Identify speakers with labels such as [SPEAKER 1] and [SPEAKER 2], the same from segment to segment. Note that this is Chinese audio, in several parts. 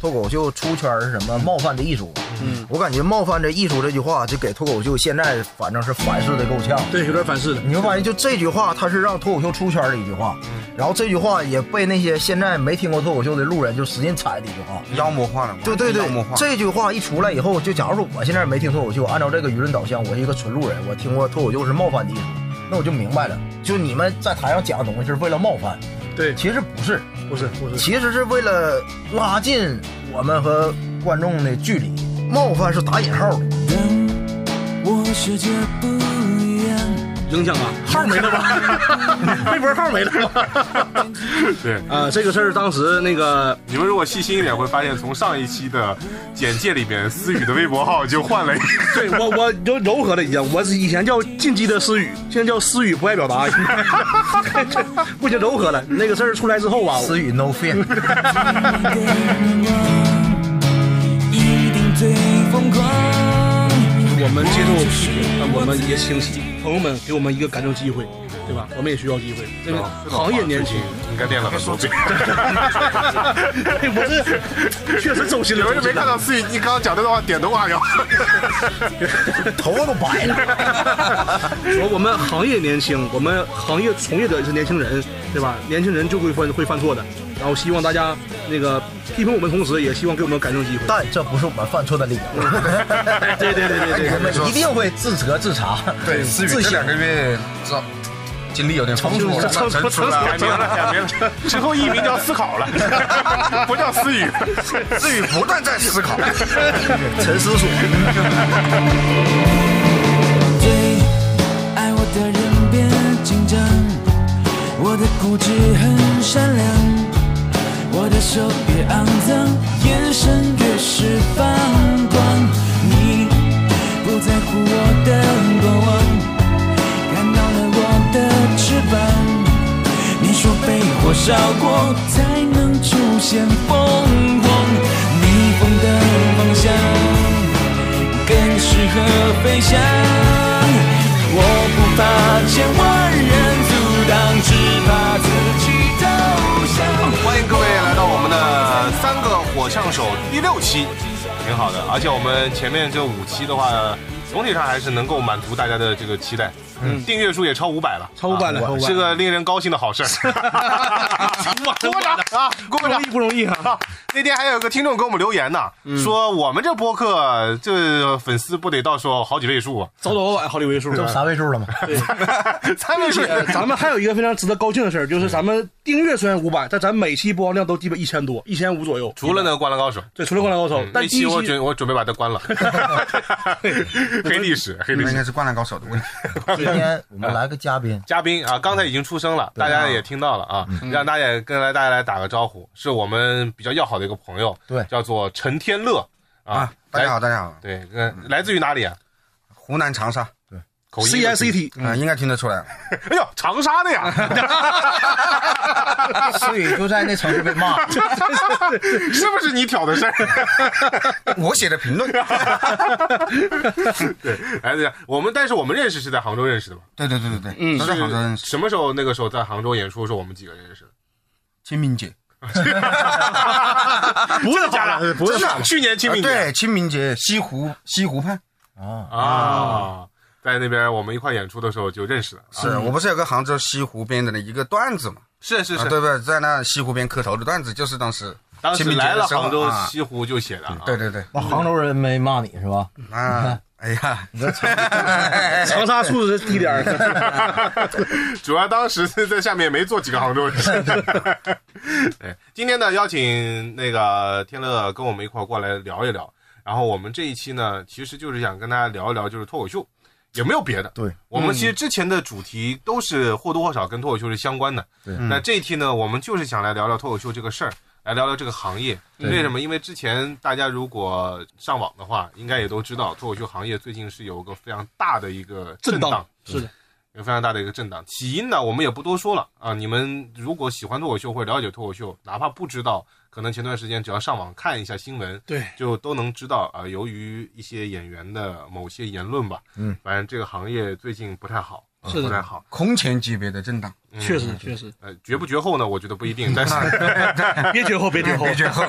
[SPEAKER 1] 脱口秀出圈是什么？冒犯的艺术。
[SPEAKER 2] 嗯，
[SPEAKER 1] 我感觉“冒犯这艺术”这句话，就给脱口秀现在反正是反噬的够呛。
[SPEAKER 2] 对，有点反噬的。
[SPEAKER 1] 你会发现，就这句话，它是让脱口秀出圈的一句话，
[SPEAKER 2] 嗯
[SPEAKER 1] 然后这句话也被那些现在没听过脱口秀的路人就使劲踩的一句话。
[SPEAKER 3] 妖魔化了嘛？
[SPEAKER 1] 对对对
[SPEAKER 3] 妖魔化，
[SPEAKER 1] 这句话一出来以后，就假如说我现在没听脱口秀，按照这个舆论导向，我是一个纯路人，我听过脱口秀是冒犯的艺术，那我就明白了，就你们在台上讲的东西是为了冒犯，
[SPEAKER 2] 对，
[SPEAKER 1] 其实不是，
[SPEAKER 2] 不是不是，
[SPEAKER 1] 其实是为了拉近我们和观众的距离。冒犯是打引号的，
[SPEAKER 4] 人，我世界不一样。
[SPEAKER 2] 影响啊，号没 了吧？微博号没了吧？
[SPEAKER 5] 对，
[SPEAKER 2] 啊，这个事儿当时那个
[SPEAKER 5] 你们如果细心一点，会发现从上一期的简介里面，思雨的微博号就换了一个。
[SPEAKER 2] 对我我就柔和了一下，我以前叫进击的思雨，现在叫思雨不爱表达， 不行柔和了。那个事儿出来之后啊吧，
[SPEAKER 1] 词语 no fear。
[SPEAKER 4] 每个愿望一定最疯狂。
[SPEAKER 2] 我们接受，我们也清晰，朋友们给我们一个感受机会，对吧？我们也需要机会，这个行业年轻，
[SPEAKER 5] 应该练了很多遍。
[SPEAKER 2] 对 我这确实走心
[SPEAKER 5] 你
[SPEAKER 2] 了
[SPEAKER 5] 们。就没看到思雨，你刚刚讲这段话点头哈腰。
[SPEAKER 1] 头发都白了。
[SPEAKER 2] 说我们行业年轻，我们行业从业者也是年轻人，对吧？年轻人就会犯会犯错的，然后希望大家那个批评我们，同时也希望给我们感受机会。
[SPEAKER 1] 但这不是我们犯错的理由，
[SPEAKER 2] 对对对对对
[SPEAKER 1] 我
[SPEAKER 2] 对。
[SPEAKER 1] 们一定会自责自查。
[SPEAKER 3] 对，思雨
[SPEAKER 1] 自
[SPEAKER 3] 这
[SPEAKER 1] 省
[SPEAKER 3] 两个月这经历有点丰富了，
[SPEAKER 2] 成 熟了
[SPEAKER 3] 熟了
[SPEAKER 5] 改名了，改名了，之后艺名叫思考了， 不叫思雨。
[SPEAKER 3] 思雨不断在思考。
[SPEAKER 1] 沉思 所。
[SPEAKER 4] 最爱我的人别紧张，我的固执很善良，我的手越肮脏，眼神越是放光。你不在乎我的过往，看到了我的翅膀。你说被火烧过才能出现疯狂，逆风的方向。更适合飞翔。我不怕千万人阻挡，只怕自己投降。
[SPEAKER 5] 欢迎各位来到我们的三个火枪手第六期，挺好的。而且我们前面这五期的话，总体上还是能够满足大家的这个期待。嗯，订阅数也超五百了，
[SPEAKER 2] 超五百了
[SPEAKER 5] 啊
[SPEAKER 2] 超五百了
[SPEAKER 5] 是个令人高兴的
[SPEAKER 2] 。
[SPEAKER 5] 好事儿
[SPEAKER 2] 哇
[SPEAKER 5] 鼓个掌啊！鼓
[SPEAKER 2] 不
[SPEAKER 5] 个
[SPEAKER 2] 容
[SPEAKER 5] 掌
[SPEAKER 2] 易，！不嗯容易啊！
[SPEAKER 5] 啊那天还有个听众给我们留言呢，说我们这播客这粉丝不得到时候好几位数啊，
[SPEAKER 2] 早早晚晚好几位数。
[SPEAKER 1] 这不三位数了吗？
[SPEAKER 5] 三位
[SPEAKER 2] 并
[SPEAKER 5] 数
[SPEAKER 2] 且 咱们还有一个非常值得高兴的事儿，就是咱们订阅虽然五百，但咱每期播放量都基本一千多，一千五左右。
[SPEAKER 5] 除了那个《灌篮高手》
[SPEAKER 2] 对，除了《灌篮高手》，但
[SPEAKER 5] 那
[SPEAKER 2] 第一
[SPEAKER 5] 期我
[SPEAKER 2] 期
[SPEAKER 5] 准我准备把它关 了，黑历史，黑历
[SPEAKER 3] 那应
[SPEAKER 5] 史。
[SPEAKER 3] 该是《灌篮高手》的问
[SPEAKER 5] 嗯
[SPEAKER 3] 题。
[SPEAKER 1] 今天我们来个嘉 宾，
[SPEAKER 5] 嘉宾啊，刚才已经出声了，大家也听到了啊，
[SPEAKER 3] 嗯
[SPEAKER 5] 让大家跟来大家来打个招呼，是我们比较要好的一个朋友，
[SPEAKER 1] 对
[SPEAKER 5] 叫做陈天乐啊
[SPEAKER 3] 啊，，大家
[SPEAKER 5] 来，
[SPEAKER 3] 好，大家好，
[SPEAKER 5] 对，嗯来自于哪里啊？
[SPEAKER 3] 湖南长沙啊、
[SPEAKER 5] 口音
[SPEAKER 2] C I C T
[SPEAKER 5] 嗯
[SPEAKER 3] 呃应该听得出 来了。
[SPEAKER 5] 哎呦，长沙的 呀，
[SPEAKER 1] 思雨就在那城市被 骂，
[SPEAKER 5] 是不是你挑的事儿？
[SPEAKER 3] 我写的评 论，
[SPEAKER 5] 对，来自于哎我们，但是我们认识是在杭州认识的吧？
[SPEAKER 3] 对对对对
[SPEAKER 5] 嗯
[SPEAKER 3] 对，都在杭州认识。
[SPEAKER 5] 什么时候？那个时候在杭州演出的时候，我们几个认识的。
[SPEAKER 3] 清明节，
[SPEAKER 2] 不是假的，不是
[SPEAKER 5] 真的去年清明节
[SPEAKER 3] 啊对，清明节西湖西湖畔。
[SPEAKER 5] 啊，在那边我们一块演出的时候就认识了。
[SPEAKER 3] 是嗯我不是有个杭州西湖边的一个段子嘛？
[SPEAKER 5] 是是
[SPEAKER 3] 啊，对不对？在那西湖边磕头的段子，就是当时
[SPEAKER 5] 当时
[SPEAKER 3] 清明节
[SPEAKER 5] 来了
[SPEAKER 3] 的时候
[SPEAKER 5] 杭州
[SPEAKER 3] 啊
[SPEAKER 5] 西湖就写的啊。
[SPEAKER 3] 对对对，
[SPEAKER 1] 那杭州人没骂你是吧？
[SPEAKER 2] 嗯
[SPEAKER 3] 啊，哎呀，
[SPEAKER 2] 长沙素质低点儿。
[SPEAKER 5] 主要当时在下面没坐几个杭州人。对，今天呢，邀请那个天乐跟我们一块儿过来聊一聊。然后我们这一期呢，其实就是想跟大家聊一聊，就是脱口秀，也没有别的。
[SPEAKER 1] 对，
[SPEAKER 5] 我们其实之前的主题都是或多或少跟脱口秀是相关的。
[SPEAKER 1] 对
[SPEAKER 5] 那这一期呢，我们就是想来聊聊脱口秀这个事儿，来聊聊这个行业。为什么？因为之前大家如果上网的话，应该也都知道，脱口秀行业最近是有个非常大的一个
[SPEAKER 2] 震荡
[SPEAKER 5] 荡
[SPEAKER 2] 是的，
[SPEAKER 5] 有非常大的一个震荡。起因呢，我们也不多说了啊。你们如果喜欢脱口秀或者了解脱口秀，哪怕不知道，可能前段时间只要上网看一下新闻，
[SPEAKER 2] 对，
[SPEAKER 5] 就都能知道啊。由于一些演员的某些言论吧，
[SPEAKER 1] 嗯，
[SPEAKER 5] 反正这个行业最近不太好。啊
[SPEAKER 2] 是
[SPEAKER 5] 不太
[SPEAKER 2] 的，
[SPEAKER 5] 好。
[SPEAKER 3] 空前级别的震荡，
[SPEAKER 2] 确实确实，
[SPEAKER 5] 呃，绝不绝后呢，我觉得不一定， 但是
[SPEAKER 2] 别绝后，别绝后，
[SPEAKER 3] 别绝后，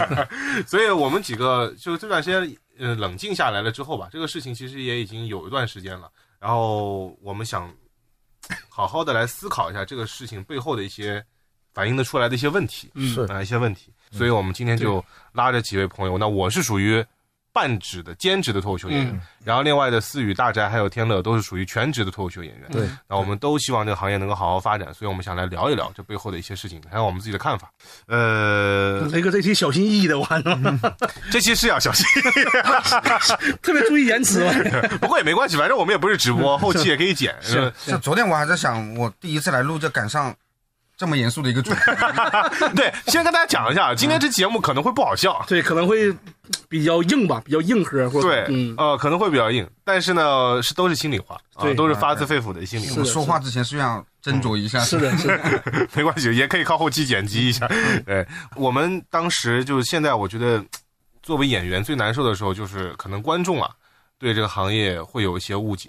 [SPEAKER 5] 所以我们几个就这段时间呃冷静下来了之后吧，这个事情其实也已经有一段时间了。然后我们想好好的来思考一下这个事情背后的一些反映的出来的一些问题，
[SPEAKER 2] 嗯
[SPEAKER 1] 是
[SPEAKER 5] 啊、一些问题。所以我们今天就拉着几位朋友，那我是属于半职的兼职的脱口秀演员，
[SPEAKER 2] 嗯
[SPEAKER 5] 然后另外的思雨、大宅还有天乐都是属于全职的脱口秀演员。
[SPEAKER 1] 对，
[SPEAKER 5] 那我们都希望这个行业能够好好发展，所以我们想来聊一聊这背后的一些事情，还有我们自己的看法。呃，
[SPEAKER 2] 雷哥这期小心翼翼的完了，
[SPEAKER 5] 这期是要小心。
[SPEAKER 2] 特别注意言辞了。
[SPEAKER 5] 不过也没关系，反正我们也不是直
[SPEAKER 2] 嗯
[SPEAKER 5] 播，后期也可 以剪。是吧
[SPEAKER 3] 就昨天我还在想，我第一次来录就赶上这么严肃的一个主题，
[SPEAKER 5] 对，先跟大家讲一下，今天这节目可能会不好笑，
[SPEAKER 2] 对，可能会比较硬吧，比较硬核，或者
[SPEAKER 5] 对，
[SPEAKER 2] 嗯，
[SPEAKER 5] 呃，可能会比较硬，但是呢，是都是心里话，啊，
[SPEAKER 2] 对嗯
[SPEAKER 5] 都是发自肺腑的心里话，
[SPEAKER 3] 我
[SPEAKER 2] 是嗯
[SPEAKER 3] 说话之前是要斟酌一下，
[SPEAKER 2] 是的，是的，
[SPEAKER 5] 没关系，也可以靠后期剪辑一下。
[SPEAKER 2] 嗯
[SPEAKER 5] 对，我们当时就是现在，我觉得作为演员最难受的时候，就是可能观众啊对这个行业会有一些误解，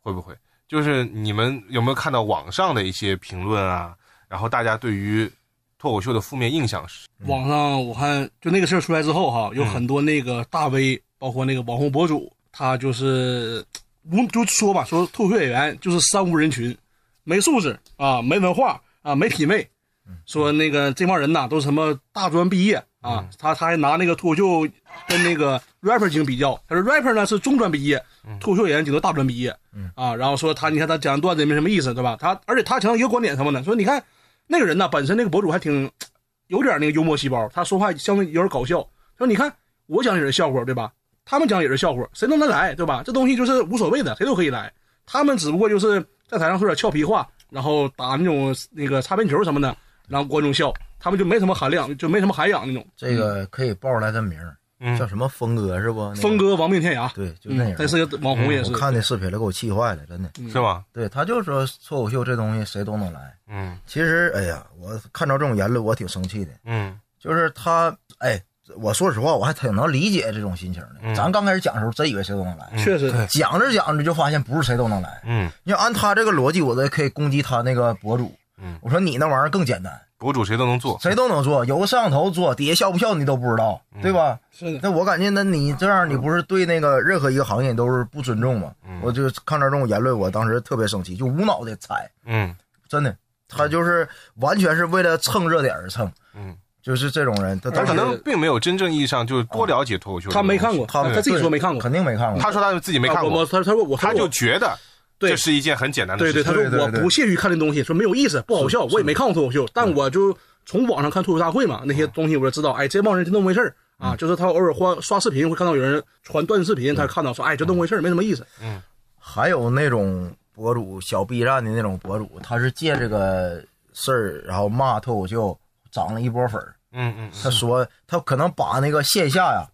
[SPEAKER 5] 会不会？就是你们有没有看到网上的一些评论啊？然后大家对于脱口秀的负面印象是
[SPEAKER 2] 网上我看就那个事儿出来之后哈，有很多那个大 V，包括那个网红博主，他就是嗯无就说吧，说脱口秀演员就是三无人群，没素质啊，没文化啊，没品味。说那个这帮人呐，都是什么大专毕业啊？他他还拿那个脱口秀跟那个 rapper 进行比较，他说 rapper 呢是中专毕业，脱口秀演员顶多大专毕业，啊，然后说他你看他讲段子也没什么意思，对吧？他而且他强调一个观点什么呢？说你看那个人呐，本身那个博主还挺有点那个幽默细胞，他说话相对有点搞笑。说你看我讲也是笑话，对吧？他们讲也是笑话，谁都能来，对吧？这东西就是无所谓的，谁都可以来。他们只不过就是在台上说点俏皮话，然后打那种那个擦边球什么的，让观众笑。他们就没什么含量，就没什么涵养那种。
[SPEAKER 1] 这个可以报出来他名儿，
[SPEAKER 5] 嗯
[SPEAKER 1] 叫什么峰哥是不？那个
[SPEAKER 2] 峰，哥亡命天涯，
[SPEAKER 1] 对，就那
[SPEAKER 2] 嗯
[SPEAKER 1] 样，。
[SPEAKER 2] 他是个网红也是
[SPEAKER 1] 我。看那视频了，给我气坏了，真的。
[SPEAKER 2] 嗯
[SPEAKER 5] 是吗？
[SPEAKER 1] 对他就说脱口秀这东西谁都能来。
[SPEAKER 5] 嗯
[SPEAKER 1] 其实，哎呀，我看到这种言论，我挺生气的。
[SPEAKER 5] 嗯
[SPEAKER 1] 就是他，哎，我说实话，我还挺能理解这种心情的。
[SPEAKER 5] 嗯
[SPEAKER 1] 咱刚开始讲的时候，真以为谁都能来，
[SPEAKER 2] 确实，
[SPEAKER 5] 对
[SPEAKER 1] 讲着讲着就发现不是谁都能来。
[SPEAKER 5] 嗯，
[SPEAKER 1] 因为按他这个逻辑，我都可以攻击他那个博主。
[SPEAKER 5] 嗯
[SPEAKER 1] 我说你那玩意儿更简单，
[SPEAKER 5] 博主谁都能做，
[SPEAKER 1] 谁都能做，有个摄像头做，底下笑不笑你都不知道，对吧？
[SPEAKER 2] 是的，
[SPEAKER 1] 那我感觉，那你这样，你不是对那个任何一个行业都是不尊重吗？我就看到这种言论，我当时特别生气，就无脑的踩，
[SPEAKER 5] 嗯
[SPEAKER 1] 真的，他就是完全是为了蹭热点而蹭，
[SPEAKER 5] 嗯，
[SPEAKER 1] 就是这种人，他
[SPEAKER 5] 他
[SPEAKER 1] 当
[SPEAKER 5] 可
[SPEAKER 1] 时
[SPEAKER 5] 能并没有真正意义上就是多了解脱口秀，
[SPEAKER 2] 他没看过，，
[SPEAKER 1] 他
[SPEAKER 2] 他自己说没看过，
[SPEAKER 1] 肯定没看过，
[SPEAKER 5] 他说他自己没看
[SPEAKER 2] 我
[SPEAKER 5] 过，
[SPEAKER 2] 他他说我
[SPEAKER 5] 他就觉得
[SPEAKER 2] 对
[SPEAKER 5] 这是一件很简单的
[SPEAKER 2] 对对，嗯
[SPEAKER 5] 事情，
[SPEAKER 2] 他说
[SPEAKER 1] 对对
[SPEAKER 2] 我
[SPEAKER 1] 对
[SPEAKER 2] 不屑于看这东西，说没有意思，不好笑，我也没看过脱口秀，但我就从网上看脱口秀大会嘛，那些东西我就知道，哎，这帮人真当回事儿啊，就是他偶尔刷刷视频会看到有人传段子视频，他看到说，哎，这当回事儿，没什么意思，
[SPEAKER 1] 还有那种博主小 B 站的那种博主，他是借这个事儿，然后骂脱口秀，涨了一波粉儿。
[SPEAKER 5] 嗯嗯
[SPEAKER 1] 他说他可能把那个线下呀，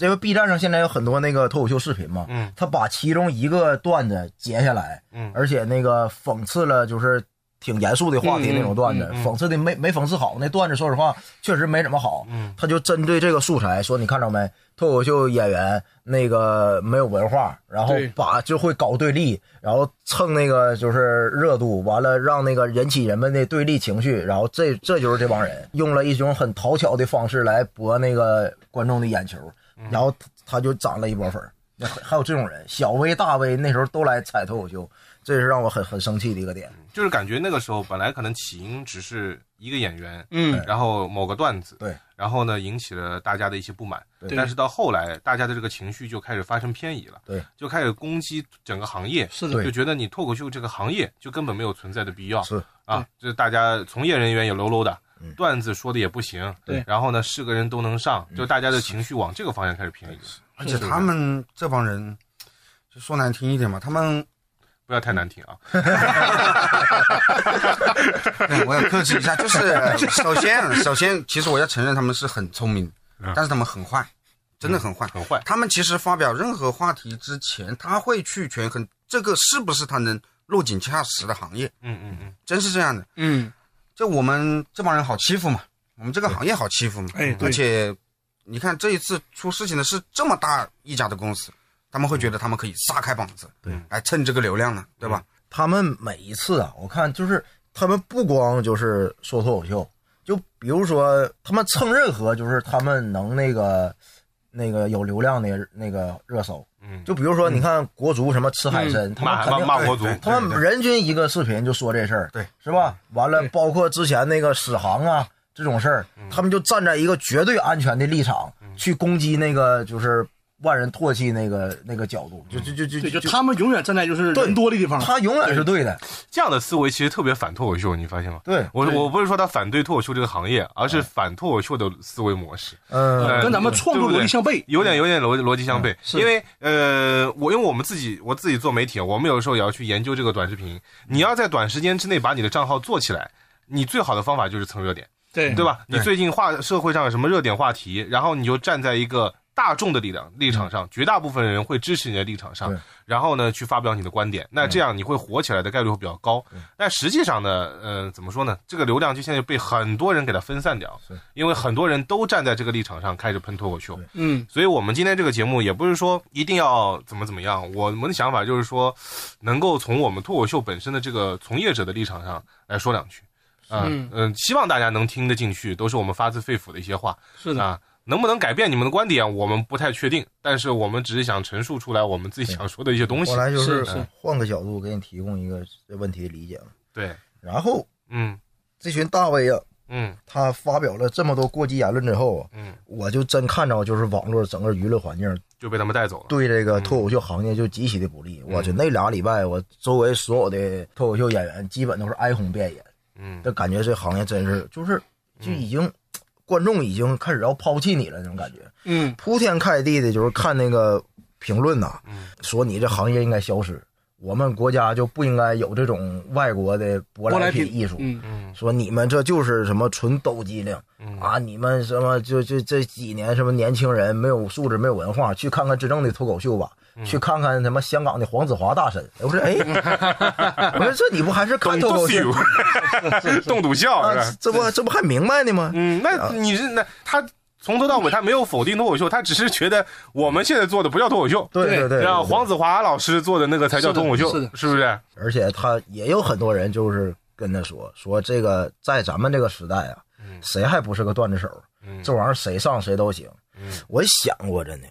[SPEAKER 1] 因为 B 站上现在有很多那个脱口秀视频嘛，
[SPEAKER 5] 嗯
[SPEAKER 1] 他把其中一个段子截下来，
[SPEAKER 5] 嗯
[SPEAKER 1] 而且那个讽刺了就是。挺严肃的话题
[SPEAKER 2] 嗯
[SPEAKER 1] 那种段子，讽刺的没没讽刺好，那段子说实话确实没怎么好。
[SPEAKER 5] 嗯
[SPEAKER 1] 他就针对这个素材说，你看着没，脱口秀演员那个没有文化，然后
[SPEAKER 2] 对
[SPEAKER 1] 把就会搞对立，然后蹭那个就是热度，完了让那个引起人们的对立情绪，然后这这就是这帮人用了一种很讨巧的方式来博那个观众的眼球，
[SPEAKER 5] 嗯
[SPEAKER 1] 然后他他就涨了一波粉儿。那还还有这种人，小 V 大 V 那时候都来踩脱口秀，这是让我很很生气的一个点。
[SPEAKER 5] 就是感觉那个时候本来可能起因只是一个演员，
[SPEAKER 2] 嗯，
[SPEAKER 5] 然后某个段子，
[SPEAKER 1] 对，
[SPEAKER 5] 然后呢引起了大家的一些不满，
[SPEAKER 1] 对
[SPEAKER 5] 但是到后来大家的这个情绪就开始发生偏移了，
[SPEAKER 1] 对，
[SPEAKER 5] 就开始攻击整个行业，
[SPEAKER 2] 是
[SPEAKER 1] 对
[SPEAKER 2] 的，
[SPEAKER 5] 就觉得你脱口秀这个行业就根本没有存在的必要，
[SPEAKER 1] 是嗯
[SPEAKER 5] 啊，这大家从业人员也 low low 的。段子说的也不行，
[SPEAKER 2] 对
[SPEAKER 5] 然后呢，是个人都能上，
[SPEAKER 1] 嗯
[SPEAKER 5] 就大家的情绪往这个方向开始偏移，
[SPEAKER 3] 而且他们这帮人，就说难听一点嘛，他们
[SPEAKER 5] 不要太难听 啊，
[SPEAKER 3] 对哎我要克制一下，就是 首先，首先，其实我要承认他们是很聪明，但是他们很坏，真嗯的很坏。
[SPEAKER 5] 很坏，
[SPEAKER 3] 他们其实发表任何话题之前，他会去权衡这个是不是他能落井下石的行业，
[SPEAKER 5] 嗯嗯 嗯，
[SPEAKER 3] 真是这样的。
[SPEAKER 2] 嗯，
[SPEAKER 3] 就我们这帮人好欺负嘛，我们这个行业好欺负嘛。
[SPEAKER 2] 哎对
[SPEAKER 3] 而且你看这一次出事情的是这么大一家的公司，他们会觉得他们可以撒开膀子，
[SPEAKER 1] 对，
[SPEAKER 3] 来蹭这个流量呢，对吧？
[SPEAKER 1] 他们每一次啊，我看就是他们不光就是说脱口秀，就比如说他们蹭任何就是他们能那个那个有流量的那个热搜，
[SPEAKER 5] 嗯
[SPEAKER 1] 就比如说你看国足什么吃海参，他们
[SPEAKER 5] 骂
[SPEAKER 1] 肯
[SPEAKER 5] 骂
[SPEAKER 1] 定哎
[SPEAKER 5] 骂国足，
[SPEAKER 3] 对
[SPEAKER 1] 他们人均一个视频就说这事儿，
[SPEAKER 3] 对，
[SPEAKER 1] 是吧？完了
[SPEAKER 2] 对，
[SPEAKER 1] 包括之前那个史航啊这种事儿，
[SPEAKER 5] 嗯
[SPEAKER 1] 他们就站在一个绝对安全的立场去攻击那个就是万人唾弃那个那个角度，就就就
[SPEAKER 2] 对，
[SPEAKER 1] 就
[SPEAKER 2] 就他们永远站在就是人多的地方，
[SPEAKER 1] 他永远是对的，
[SPEAKER 5] 这样的思维其实特别反脱口秀，你发现吗？
[SPEAKER 1] 对，
[SPEAKER 5] 我我不是说他反对脱口秀这个行业，而是反脱口秀的思维模式，
[SPEAKER 1] 嗯
[SPEAKER 5] 呃
[SPEAKER 2] 跟咱们创作
[SPEAKER 5] 对不
[SPEAKER 2] 逻
[SPEAKER 5] 对
[SPEAKER 2] 辑相悖。
[SPEAKER 5] 有点有点逻逻辑相悖。
[SPEAKER 2] 是
[SPEAKER 5] 因为呃，我因为我们自己我自己做媒体，我们有的时候也要去研究这个短视频。你要在短时间之内把你的账号做起来，你最好的方法就是蹭热点，
[SPEAKER 2] 对
[SPEAKER 5] 对吧？
[SPEAKER 3] 对
[SPEAKER 5] 你最近话社会上有什么热点话题，然后你就站在一个。大众的力量立场上，绝大部分人会支持你的立场上
[SPEAKER 1] 嗯对，嗯
[SPEAKER 5] 然后呢，去发表你的观点。那这样你会火起来的概率会比较高。但实际上呢，呃，怎么说呢？这个流量就现在被很多人给它分散掉
[SPEAKER 1] 是，
[SPEAKER 5] 因为很多人都站在这个立场上开始喷脱口秀。
[SPEAKER 2] 嗯，
[SPEAKER 5] 所以我们今天这个节目也不是说一定要怎么怎么样，我们的想法就是说，能够从我们脱口秀本身的这个从业者的立场上来说两句，啊、嗯
[SPEAKER 2] 嗯、
[SPEAKER 5] 希望大家能听得进去，都是我们发自肺腑的一些话
[SPEAKER 2] 是的，
[SPEAKER 5] 啊。能不能改变你们的观点，我们不太确定，但是我们只是想陈述出来我们自己想说的一些东西
[SPEAKER 1] 后。嗯来就是
[SPEAKER 2] 是
[SPEAKER 1] 换个角度给你提供一个这问题的理解嘛。
[SPEAKER 5] 对，
[SPEAKER 1] 然后
[SPEAKER 5] 嗯
[SPEAKER 1] 这群大 V 啊，
[SPEAKER 5] 嗯
[SPEAKER 1] 他发表了这么多过激言论之后啊，
[SPEAKER 5] 嗯，
[SPEAKER 1] 我就真看着就是网络整个舆论环境
[SPEAKER 5] 就被他们带走了。
[SPEAKER 1] 对这个脱口秀行业就极其的不利。我去那俩礼拜，我周围所有的脱口秀演员基本都是哀鸿遍野，
[SPEAKER 5] 嗯，
[SPEAKER 1] 这感觉这行业真是就是就已经、观众已经开始要抛弃你了那种感觉，
[SPEAKER 2] 嗯，
[SPEAKER 1] 铺天盖地的就是看那个评论呐、说你这行业应该消失，我们国家就不应该有这种外国的舶
[SPEAKER 2] 舶来
[SPEAKER 1] 来
[SPEAKER 2] 品
[SPEAKER 1] 品艺术。
[SPEAKER 2] 嗯
[SPEAKER 1] 说你们这就是什么纯抖机灵、啊！你们什么就就这几年什么年轻人没有素质、没有文化，去看看真正的脱口秀吧，去看看什么香港的黄子华大神。 我说哎，我说这你不还是看
[SPEAKER 5] 懂
[SPEAKER 1] 脱
[SPEAKER 5] 都
[SPEAKER 1] 口
[SPEAKER 5] 是
[SPEAKER 1] 秀
[SPEAKER 5] 有 动笃笑
[SPEAKER 1] 啊
[SPEAKER 5] 是吧？？
[SPEAKER 1] 这不这不还明白呢吗？
[SPEAKER 5] 嗯，那你是那他从头到尾他没有否定脱口秀，他只是觉得我们现在做的不叫脱口秀，
[SPEAKER 1] 对
[SPEAKER 2] 对
[SPEAKER 1] 对对，
[SPEAKER 5] 让
[SPEAKER 1] 对
[SPEAKER 5] 黄子华老师做的那个才叫脱口秀，
[SPEAKER 2] 是的
[SPEAKER 5] 不是？
[SPEAKER 1] 而且他也有很多人就是跟他说说这个在咱们这个时代啊，谁还不是个段子手？这玩意儿谁上谁都行。我想过真的，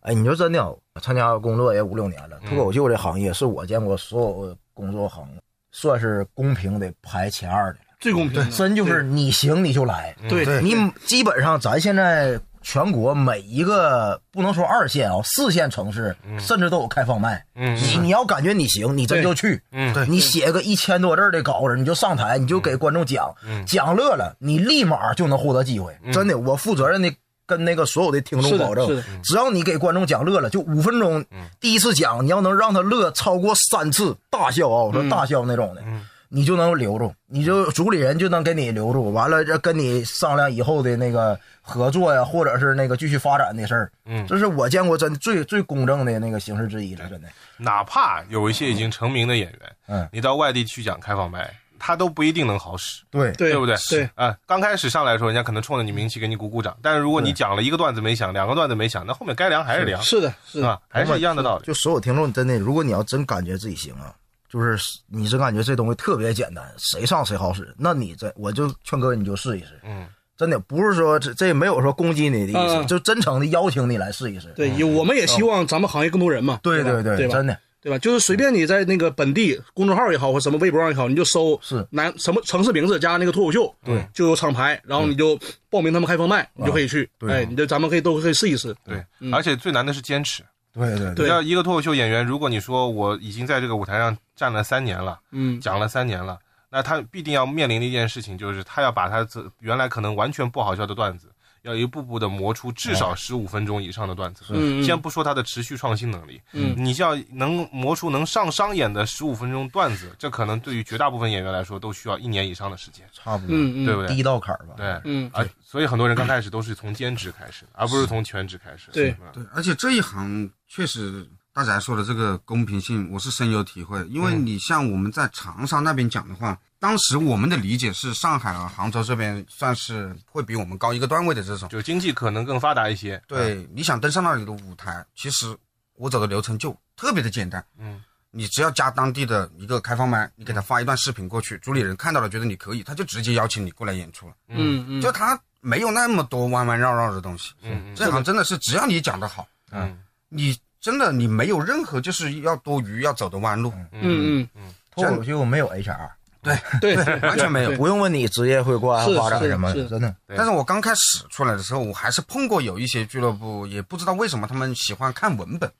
[SPEAKER 1] 哎，你说真的啊，我参加工作也五六年了，脱口秀这行业是我见过所有工作行业算是公平的排前二的了，
[SPEAKER 2] 最公平的，
[SPEAKER 1] 真就是你行你就来。
[SPEAKER 2] 对
[SPEAKER 3] 对
[SPEAKER 1] 你基本上咱现在全国每一个不能说二线啊，四线城市甚至都有开放麦。
[SPEAKER 5] 嗯
[SPEAKER 1] 你你要感觉你行，你真就去。
[SPEAKER 5] 嗯
[SPEAKER 3] 对
[SPEAKER 1] 你写个一千多字儿的稿子，你就上台，你就给观众讲，
[SPEAKER 5] 嗯
[SPEAKER 1] 讲乐了，你立马就能获得机会。真的，我负责任的。跟那个所有的听众
[SPEAKER 2] 是的
[SPEAKER 1] 保证
[SPEAKER 2] 是的，
[SPEAKER 5] 嗯
[SPEAKER 1] 只要你给观众讲乐了，就五分钟。第一次讲，你要能让他乐超过三次大笑啊，我
[SPEAKER 5] 嗯
[SPEAKER 1] 说大笑那种的，你就能留住，你就主理人就能给你留住，完了这跟你商量以后的那个合作呀，或者是那个继续发展的事儿，
[SPEAKER 5] 嗯
[SPEAKER 1] 这是我见过真最最公正的那个形式之一了，真的，
[SPEAKER 5] 哪怕有一些已经成名的演员，
[SPEAKER 1] 嗯
[SPEAKER 5] 你到外地去讲开放麦，他都不一定能好使。
[SPEAKER 1] 对
[SPEAKER 2] 对
[SPEAKER 5] 对不对？
[SPEAKER 2] 对
[SPEAKER 5] 啊、刚开始上来的时候，人家可能冲着你名气给你鼓鼓掌，但是如果你讲了一个段子没响，两个段子没响，那后面该凉还是凉，
[SPEAKER 2] 是的，是的，
[SPEAKER 5] 吧？还是一样的道理。
[SPEAKER 1] 就所有听众真的，如果你要真感觉自己行啊，就是你真感觉这东西特别简单，谁上谁好使，那你这我就劝各位你就试一试，
[SPEAKER 5] 嗯，
[SPEAKER 1] 真的不是说这这没有说攻击你的意思，
[SPEAKER 2] 嗯
[SPEAKER 1] 就真诚的邀请你来试一试，
[SPEAKER 2] 对，也我们也希望咱们行业更多人嘛，
[SPEAKER 1] 对
[SPEAKER 2] 吧
[SPEAKER 1] 对
[SPEAKER 2] 对，吧
[SPEAKER 1] 真的。
[SPEAKER 2] 对吧？就是随便你在那个本地公众号也好，或什么微博上也好，你就搜
[SPEAKER 1] 是
[SPEAKER 2] 南什么城市名字加那个脱口秀，对，就有厂牌，然后你就报名他们开放麦，你就可以去，
[SPEAKER 1] 对
[SPEAKER 2] 哎，你就咱们可以都可以试一试，
[SPEAKER 5] 对，而且最难的是坚持。
[SPEAKER 1] 对对
[SPEAKER 2] 对
[SPEAKER 5] 要一个脱口秀演员，如果你说我已经在这个舞台上站了三年了，
[SPEAKER 2] 嗯，
[SPEAKER 5] 讲了三年了，那他必定要面临的一件事情就是，他要把他自原来可能完全不好笑的段子，要一步步的磨出至少十五分钟以上的段子。
[SPEAKER 2] 哦嗯嗯
[SPEAKER 5] 先不说他的持续创新能力，嗯，你就要能磨出能上商演的十五分钟段子，这可能对于绝大部分演员来说都需要一年以上的时间，
[SPEAKER 1] 差不多，
[SPEAKER 2] 嗯嗯，
[SPEAKER 5] 对不对？
[SPEAKER 1] 低道坎儿吧，
[SPEAKER 5] 对，
[SPEAKER 2] 嗯
[SPEAKER 5] 啊，所以很多人刚开始都是从兼职开始，而不是从全职开始。嗯
[SPEAKER 2] 对
[SPEAKER 5] 是吧
[SPEAKER 3] 对，而且这一行确实大宅说的这个公平性，我是深有体会。因为你像我们在长沙那边讲的话，当时我们的理解是上海啊、杭州这边算是会比我们高一个段位的这种。
[SPEAKER 5] 就经济可能更发达一些。
[SPEAKER 3] 对，你想登上那里的舞台，其实我走的流程就特别的简单。
[SPEAKER 5] 嗯，
[SPEAKER 3] 你只要加当地的一个开放麦，你给
[SPEAKER 2] 嗯
[SPEAKER 3] 他发一段视频过去，主理人看到了觉得你可以，他就直接邀请你过来演出了。
[SPEAKER 2] 嗯嗯，
[SPEAKER 3] 就他没有那么多弯弯绕绕的东西。
[SPEAKER 5] 嗯
[SPEAKER 3] 这行真的是只要你讲得好，
[SPEAKER 5] 嗯
[SPEAKER 3] 你真的你没有任何就是要多余要走的弯路，
[SPEAKER 2] 嗯嗯
[SPEAKER 1] 脱口秀没有 HR，
[SPEAKER 2] 对，
[SPEAKER 3] 完全没有。
[SPEAKER 1] 不用问你职业会挂
[SPEAKER 2] 是
[SPEAKER 1] 发展
[SPEAKER 2] 是
[SPEAKER 1] 什么的，
[SPEAKER 2] 是
[SPEAKER 1] 真的。
[SPEAKER 5] 对
[SPEAKER 3] 但是我刚开始出来的时候，我还是碰过有一些俱乐部，也不知道为什么他们喜欢看文本，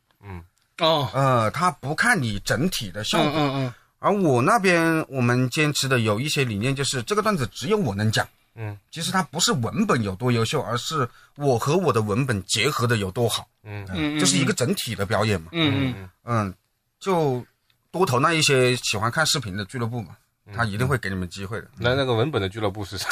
[SPEAKER 2] 哦，
[SPEAKER 3] 呃，他不看你整体的效
[SPEAKER 2] 嗯
[SPEAKER 3] 果。
[SPEAKER 2] 嗯嗯，
[SPEAKER 3] 而我那边我们坚持的有一些理念，就是这个段子只有我能讲。
[SPEAKER 5] 嗯，
[SPEAKER 3] 其实它不是文本有多优秀，而是我和我的文本结合的有多好，
[SPEAKER 5] 嗯
[SPEAKER 2] 嗯嗯
[SPEAKER 3] 这是一个整体的表演嘛。
[SPEAKER 2] 嗯嗯，
[SPEAKER 3] 嗯，就多投那一些喜欢看视频的俱乐部嘛，
[SPEAKER 2] 嗯
[SPEAKER 3] 他一定会给你们机会 的。
[SPEAKER 5] 那那个文本的俱乐部是 啥？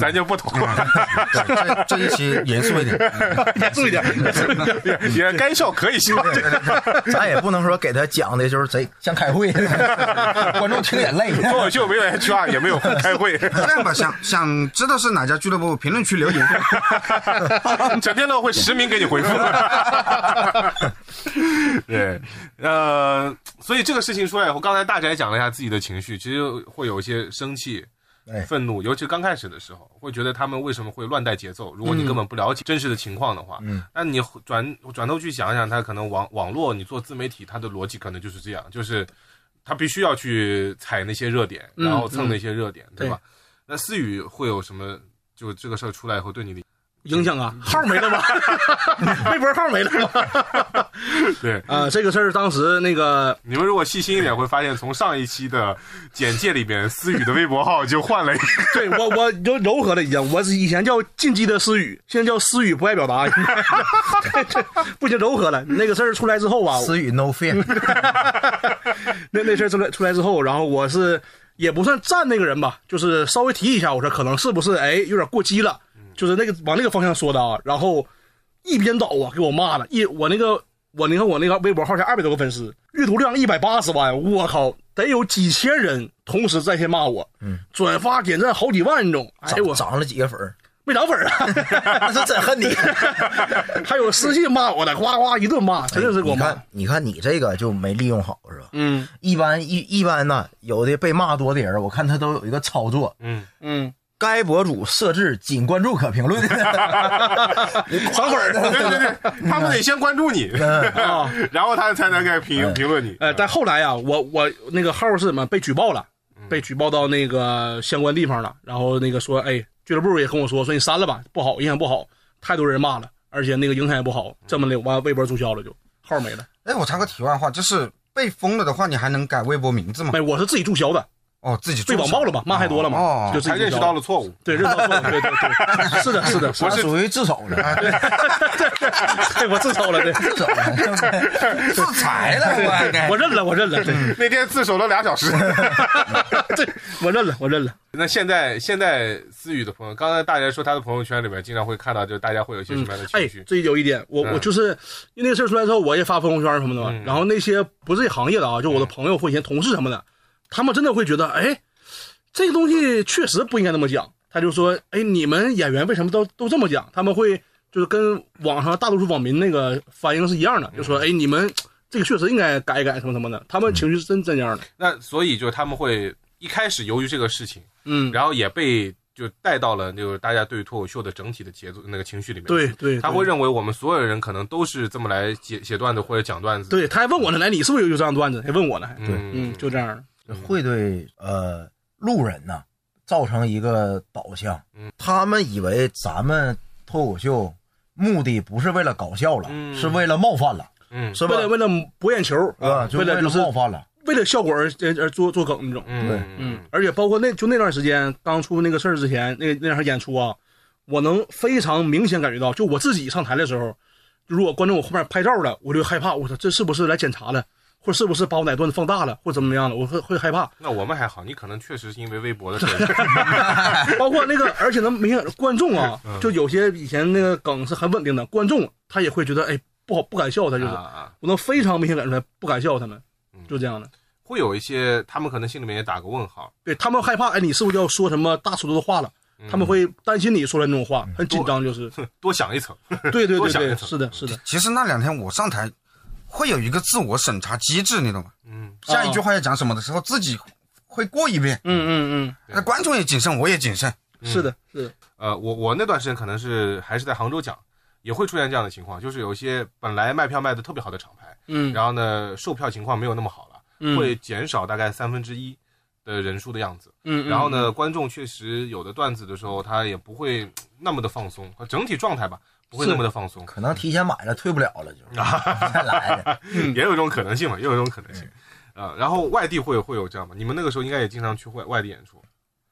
[SPEAKER 5] 咱就不同了，
[SPEAKER 3] 嗯对，这这一期严肃一点。 嗯
[SPEAKER 2] 严肃一点，
[SPEAKER 5] 也该笑可以笑。
[SPEAKER 1] 咱也不能说给他讲的就是贼像开会， 观众听眼泪。
[SPEAKER 5] 脱口秀没有 HR，也没有开会，
[SPEAKER 3] 这样吧，想想知道是哪家俱乐部，评论区留言。
[SPEAKER 5] 整天乐会实名给你回复。对，呃，所以这个事情出来以后，刚才大宅讲了一下自己的情绪，其实会有一些生气
[SPEAKER 1] 哎、
[SPEAKER 5] 愤怒，尤其刚开始的时候，会觉得他们为什么会乱带节奏。如果你根本不了解真实的情况的话，
[SPEAKER 1] 嗯，
[SPEAKER 5] 那你转转头去想想，他可能网网络你做自媒体，他的逻辑可能就是这样，就是他必须要去踩那些热点，
[SPEAKER 2] 嗯
[SPEAKER 5] 然后蹭那些热点，对吧？那思雨会有什么？就这个事儿出来以后，对你的
[SPEAKER 2] 影响啊，号没 了吗？微博号没了吗？
[SPEAKER 5] 对
[SPEAKER 2] 啊，这个事儿当时那个
[SPEAKER 5] 你们如果细心一点，会发现从上一期的简介里边，思雨的微博号就换了一个。
[SPEAKER 2] 对我我就柔和了一下，我以前叫进击的思雨，现在叫思雨不爱表达， 不行柔和了。那个事儿出来之后啊吧，
[SPEAKER 1] 思雨 no fear，
[SPEAKER 2] 那那事儿出来出来之后，然后我是也不算站那个人吧，就是稍微提一下，我说可能是不是哎有点过激了，
[SPEAKER 1] 嗯
[SPEAKER 2] 就是那个往那个方向说的啊，然后一边倒啊给我骂了，一我那个我你看我那个微博号才二百多个粉丝，阅读量一百八十万，我靠，得有几千人同时在线骂我，嗯，转发点赞好几万种， 哎
[SPEAKER 1] 涨
[SPEAKER 2] 我
[SPEAKER 1] 涨了几个粉儿，
[SPEAKER 2] 没涨粉儿 啊，
[SPEAKER 1] 那是真 恨你。
[SPEAKER 2] 还有私信骂我的，哗哗一顿骂，真的是给我
[SPEAKER 1] 你
[SPEAKER 2] 骂，
[SPEAKER 1] 看，你看你这个就没利用好是吧？
[SPEAKER 2] 嗯
[SPEAKER 1] 一般一一般呢，有的被骂多的人，我看他都有一个操作，
[SPEAKER 5] 嗯，
[SPEAKER 2] 嗯，
[SPEAKER 1] 该博主设置仅关注可评论，
[SPEAKER 2] 涨粉儿
[SPEAKER 5] 对对对，他们得先关注你，
[SPEAKER 2] 啊。
[SPEAKER 5] 然后他才能给评评论你。
[SPEAKER 2] 呃，但后来呀、我我那个号是什么被举报了，
[SPEAKER 3] 嗯
[SPEAKER 2] 被举报到那个相关地方了，然后那个说，哎，俱乐部也跟我说，说你删了吧，不好，影响不好，太多人骂了，而且那个影响也不好，这么的，完微博注销了就，号没了。
[SPEAKER 3] 哎，我插个题外话，就是被封了的话，你还能改微博名字吗？
[SPEAKER 2] 哎，我是自己注销的，
[SPEAKER 3] 哦，自己
[SPEAKER 2] 被
[SPEAKER 3] 注
[SPEAKER 2] 网
[SPEAKER 3] 册
[SPEAKER 2] 暴了嘛，骂太多了嘛，
[SPEAKER 3] 哦
[SPEAKER 2] 就自
[SPEAKER 5] 才
[SPEAKER 2] 己
[SPEAKER 5] 认
[SPEAKER 2] 注
[SPEAKER 5] 识
[SPEAKER 2] 销
[SPEAKER 5] 到
[SPEAKER 2] 了。
[SPEAKER 5] 了错误，
[SPEAKER 2] 对，认识到错误，对对对，是的，是的，是
[SPEAKER 1] 他
[SPEAKER 2] 的，
[SPEAKER 1] 属于自首了，啊
[SPEAKER 2] 对，我自首了，对，
[SPEAKER 1] 自首了，
[SPEAKER 3] 自裁了，我
[SPEAKER 2] 我认了，我认了，对，
[SPEAKER 3] 嗯
[SPEAKER 5] 那天自首了俩小时。
[SPEAKER 2] 对，我认了，我认了，
[SPEAKER 5] 那现在现在思雨的朋友，刚才大家说他的朋友圈里面经常会看到，就是大家会有一些什么样的情
[SPEAKER 2] 哎
[SPEAKER 5] 绪，？
[SPEAKER 2] 这有一点，我、我就是因为那个事儿出来之后，我也发朋友圈什么的嘛。然后那些不是这行业的啊，就我的朋友或以前同事什么的，他们真的会觉得，哎，这个东西确实不应该那么讲。他就说，哎，你们演员为什么都都这么讲？他们会就是跟网上大多数网民那个反应是一样的，就说，哎，你们这个确实应该改一改什么什么的。他们情绪是真真这样的。
[SPEAKER 5] 那所以就他们会一开始由于这个事情，
[SPEAKER 2] 嗯，
[SPEAKER 5] 然后也被就带到了就是大家对脱口秀的整体的节奏那个情绪里面。
[SPEAKER 2] 对对，
[SPEAKER 5] 他会
[SPEAKER 2] 对
[SPEAKER 5] 认为我们所有人可能都是这么来写写段子或者讲段子。，
[SPEAKER 2] 对，他还问我呢，来，你是不是有有这样段子？还问我呢，还
[SPEAKER 5] 嗯
[SPEAKER 2] 嗯，就这样的。
[SPEAKER 1] 会对呃路人呐造成一个导向，他们以为咱们脱口秀目的不是为了搞笑了，
[SPEAKER 5] 嗯
[SPEAKER 1] 是为了冒犯了，
[SPEAKER 5] 嗯
[SPEAKER 1] 是吧
[SPEAKER 2] 为？了为了博眼球
[SPEAKER 1] 啊，就
[SPEAKER 2] 为
[SPEAKER 1] 了
[SPEAKER 2] 了就是
[SPEAKER 1] 冒犯了，
[SPEAKER 2] 为了效果而而而做做梗那种。
[SPEAKER 5] 嗯
[SPEAKER 1] 对
[SPEAKER 5] 嗯
[SPEAKER 2] 而且包括那就那段时间刚出那个事儿之前，那那场演出啊，我能非常明显感觉到，就我自己上台的时候，如果观众我后面拍照了，我就害怕，我说这是不是来检查了，或者是不是把我哪段放大了，或者怎么样了，我会会害怕。
[SPEAKER 5] 那我们还好，你可能确实是因为微博的事 儿。
[SPEAKER 2] 包括那个， 而且能明显观众啊，
[SPEAKER 5] 嗯
[SPEAKER 2] 就有些以前那个梗是很稳定的，观众他也会觉得哎不好不敢笑他就是，
[SPEAKER 5] 啊嗯啊，
[SPEAKER 2] 我能非常明显感出来不敢笑他们，就这样的。
[SPEAKER 5] 会有一些他们可能心里面也打个问号，
[SPEAKER 2] 对他们害怕，哎，你是不是要说什么大尺度的话了？他们会担心你说了那种话，很紧张，就是
[SPEAKER 5] 嗯多想一层。
[SPEAKER 2] 对对
[SPEAKER 5] 多
[SPEAKER 2] 对
[SPEAKER 5] 想一
[SPEAKER 2] 对，
[SPEAKER 5] 层
[SPEAKER 2] 是的，是的，
[SPEAKER 3] 其实那两天我上台，会有一个自我审查机制，你懂吗？
[SPEAKER 5] 嗯，
[SPEAKER 3] 下一句话要讲什么的时候，自己会过一遍。
[SPEAKER 2] 嗯嗯
[SPEAKER 3] 那观众也谨慎，我也谨慎。
[SPEAKER 2] 嗯，是的，是的，
[SPEAKER 5] 呃，我我那段时间可能是还是在杭州讲，也会出现这样的情况，就是有一些本来卖票卖的特别好的厂牌，
[SPEAKER 2] 嗯，
[SPEAKER 5] 然后呢，售票情况没有那么好了，
[SPEAKER 2] 嗯
[SPEAKER 5] 会减少大概三分之一的人数的样子。
[SPEAKER 2] 嗯，嗯
[SPEAKER 5] 然后，呢，观众确实有的段子的时候，他也不会那么的放松，呃整体状态吧，不会
[SPEAKER 2] 是
[SPEAKER 5] 那么的放松，
[SPEAKER 1] 可能提前买了退不了了，就是
[SPEAKER 2] 啊
[SPEAKER 1] 再来的。
[SPEAKER 5] 也有一种可能性嘛，也有一种可能性。呃，然后外地会会有这样吗？你们那个时候应该也经常去外外地演出，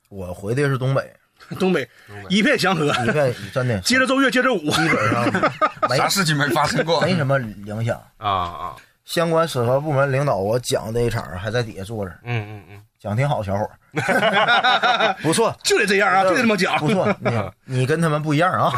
[SPEAKER 1] 我回的是东北，
[SPEAKER 2] 东北一片祥和，
[SPEAKER 5] 嗯
[SPEAKER 1] 一片真的
[SPEAKER 2] 接着奏乐，接着舞，
[SPEAKER 1] 基本上没？
[SPEAKER 3] 啥事情没发生 过
[SPEAKER 1] 没什么影响。
[SPEAKER 5] 啊啊，
[SPEAKER 1] 相关审核部门领导，我讲那一场还在底下坐着，
[SPEAKER 5] 嗯嗯嗯，
[SPEAKER 1] 讲挺好，小伙儿， 不错，
[SPEAKER 2] 就得这样啊，就得这么讲，
[SPEAKER 1] 不 错，你你跟他们不一样啊。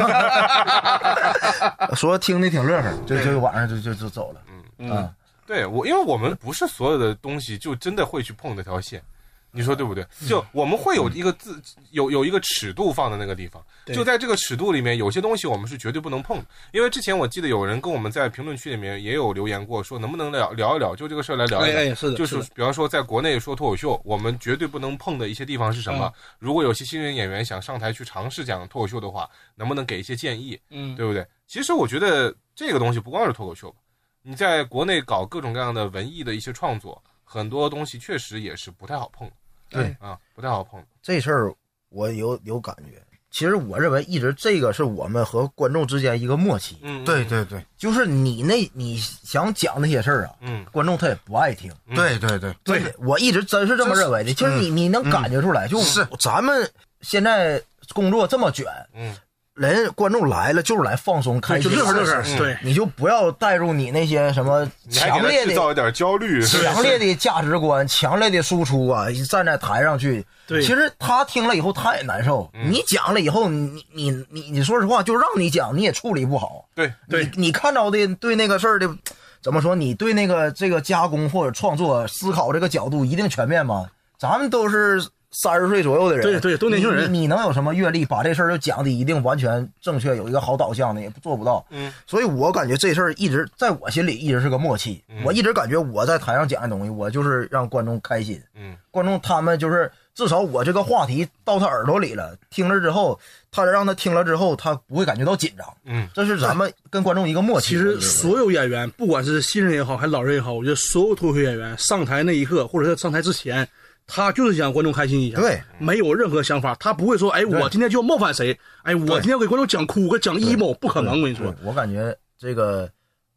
[SPEAKER 1] 说听的挺乐呵，就就晚上就就就走了。
[SPEAKER 2] 嗯，
[SPEAKER 5] 对我，因为我们不是所有的东西就真的会去碰这条线，你说对不对？
[SPEAKER 2] 嗯
[SPEAKER 5] 就我们会有一个自有有一个尺度放在那个地方，
[SPEAKER 2] 对
[SPEAKER 5] 就在这个尺度里面，有些东西我们是绝对不能碰的。因为之前我记得有人跟我们在评论区里面也有留言过，说能不能聊聊一聊，就这个事儿来聊一聊。
[SPEAKER 2] 哎哎是的
[SPEAKER 5] 就是是
[SPEAKER 2] 的
[SPEAKER 5] 比方说在国内说脱口秀，我们绝对不能碰的一些地方是什么？
[SPEAKER 2] 嗯
[SPEAKER 5] 如果有些新人演员想上台去尝试讲脱口秀的话，能不能给一些建议？
[SPEAKER 2] 嗯
[SPEAKER 5] 对不对？其实我觉得这个东西不光是脱口秀，你在国内搞各种各样的文艺的一些创作，很多东西确实也是不太好碰的
[SPEAKER 2] 对，
[SPEAKER 5] 啊，不太好碰的。
[SPEAKER 1] 这事儿我有有感觉。其实我认为，一直这个是我们和观众之间一个默契，
[SPEAKER 5] 嗯，
[SPEAKER 3] 对，对对
[SPEAKER 1] 就是你那你想讲那些事儿啊，
[SPEAKER 5] 嗯
[SPEAKER 1] 观众他也不爱听。
[SPEAKER 3] 对对对，
[SPEAKER 1] 对，我一直真是这么认为的。其实你你能感觉出来，就是咱们现在工作这么卷，
[SPEAKER 5] 嗯，
[SPEAKER 1] 人观众来了就是来放松开
[SPEAKER 2] 对就
[SPEAKER 1] 心，嗯
[SPEAKER 2] 乐呵乐呵
[SPEAKER 5] 是，是
[SPEAKER 2] 对，
[SPEAKER 1] 你就不要带入你那些什么
[SPEAKER 5] 你还
[SPEAKER 1] 强
[SPEAKER 5] 给
[SPEAKER 1] 烈
[SPEAKER 5] 他
[SPEAKER 1] 的
[SPEAKER 5] 制造一点焦虑，
[SPEAKER 1] 强烈的价值观、强烈的输出啊，站在台上去。
[SPEAKER 2] 对
[SPEAKER 1] 其实他听了以后他也难受。你讲了以后，你你你你说实话，就让你讲，你也处理不好。
[SPEAKER 5] 对
[SPEAKER 2] 对
[SPEAKER 1] 你你看到的对那个事儿的，怎么说？你对那个这个加工或者创作思考这个角度一定全面吗？咱们都是三十岁左右的人，
[SPEAKER 2] 对对都年轻
[SPEAKER 1] 你
[SPEAKER 2] 人
[SPEAKER 1] 你你能有什么阅历把这事儿就讲的一定完全正确，有一个好导向的也做不到。
[SPEAKER 5] 嗯，
[SPEAKER 1] 所以我感觉这事儿一直在我心里一直是个默契。
[SPEAKER 2] 嗯
[SPEAKER 1] 我一直感觉我在台上讲的东西，我就是让观众开心。
[SPEAKER 5] 嗯，
[SPEAKER 1] 观众他们就是至少我这个话题到他耳朵里了，听了之后，他让他听了之后，他不会感觉到紧张。
[SPEAKER 5] 嗯，
[SPEAKER 1] 这是咱们跟观众一个默契。
[SPEAKER 2] 其
[SPEAKER 1] 我
[SPEAKER 2] 实
[SPEAKER 1] 觉得
[SPEAKER 2] 所有演员，不管是新人也好，还是老人也好，我觉得所有脱口秀演员上台那一刻，或者是上台之前，他就是想让观众开心一下，
[SPEAKER 1] 对，
[SPEAKER 2] 没有任何想法，他不会说，哎，我今天就要冒犯谁，哎，我今天要给观众讲哭，给讲 emo，不可能，我跟你
[SPEAKER 1] 对
[SPEAKER 2] 说，
[SPEAKER 1] 我感觉这个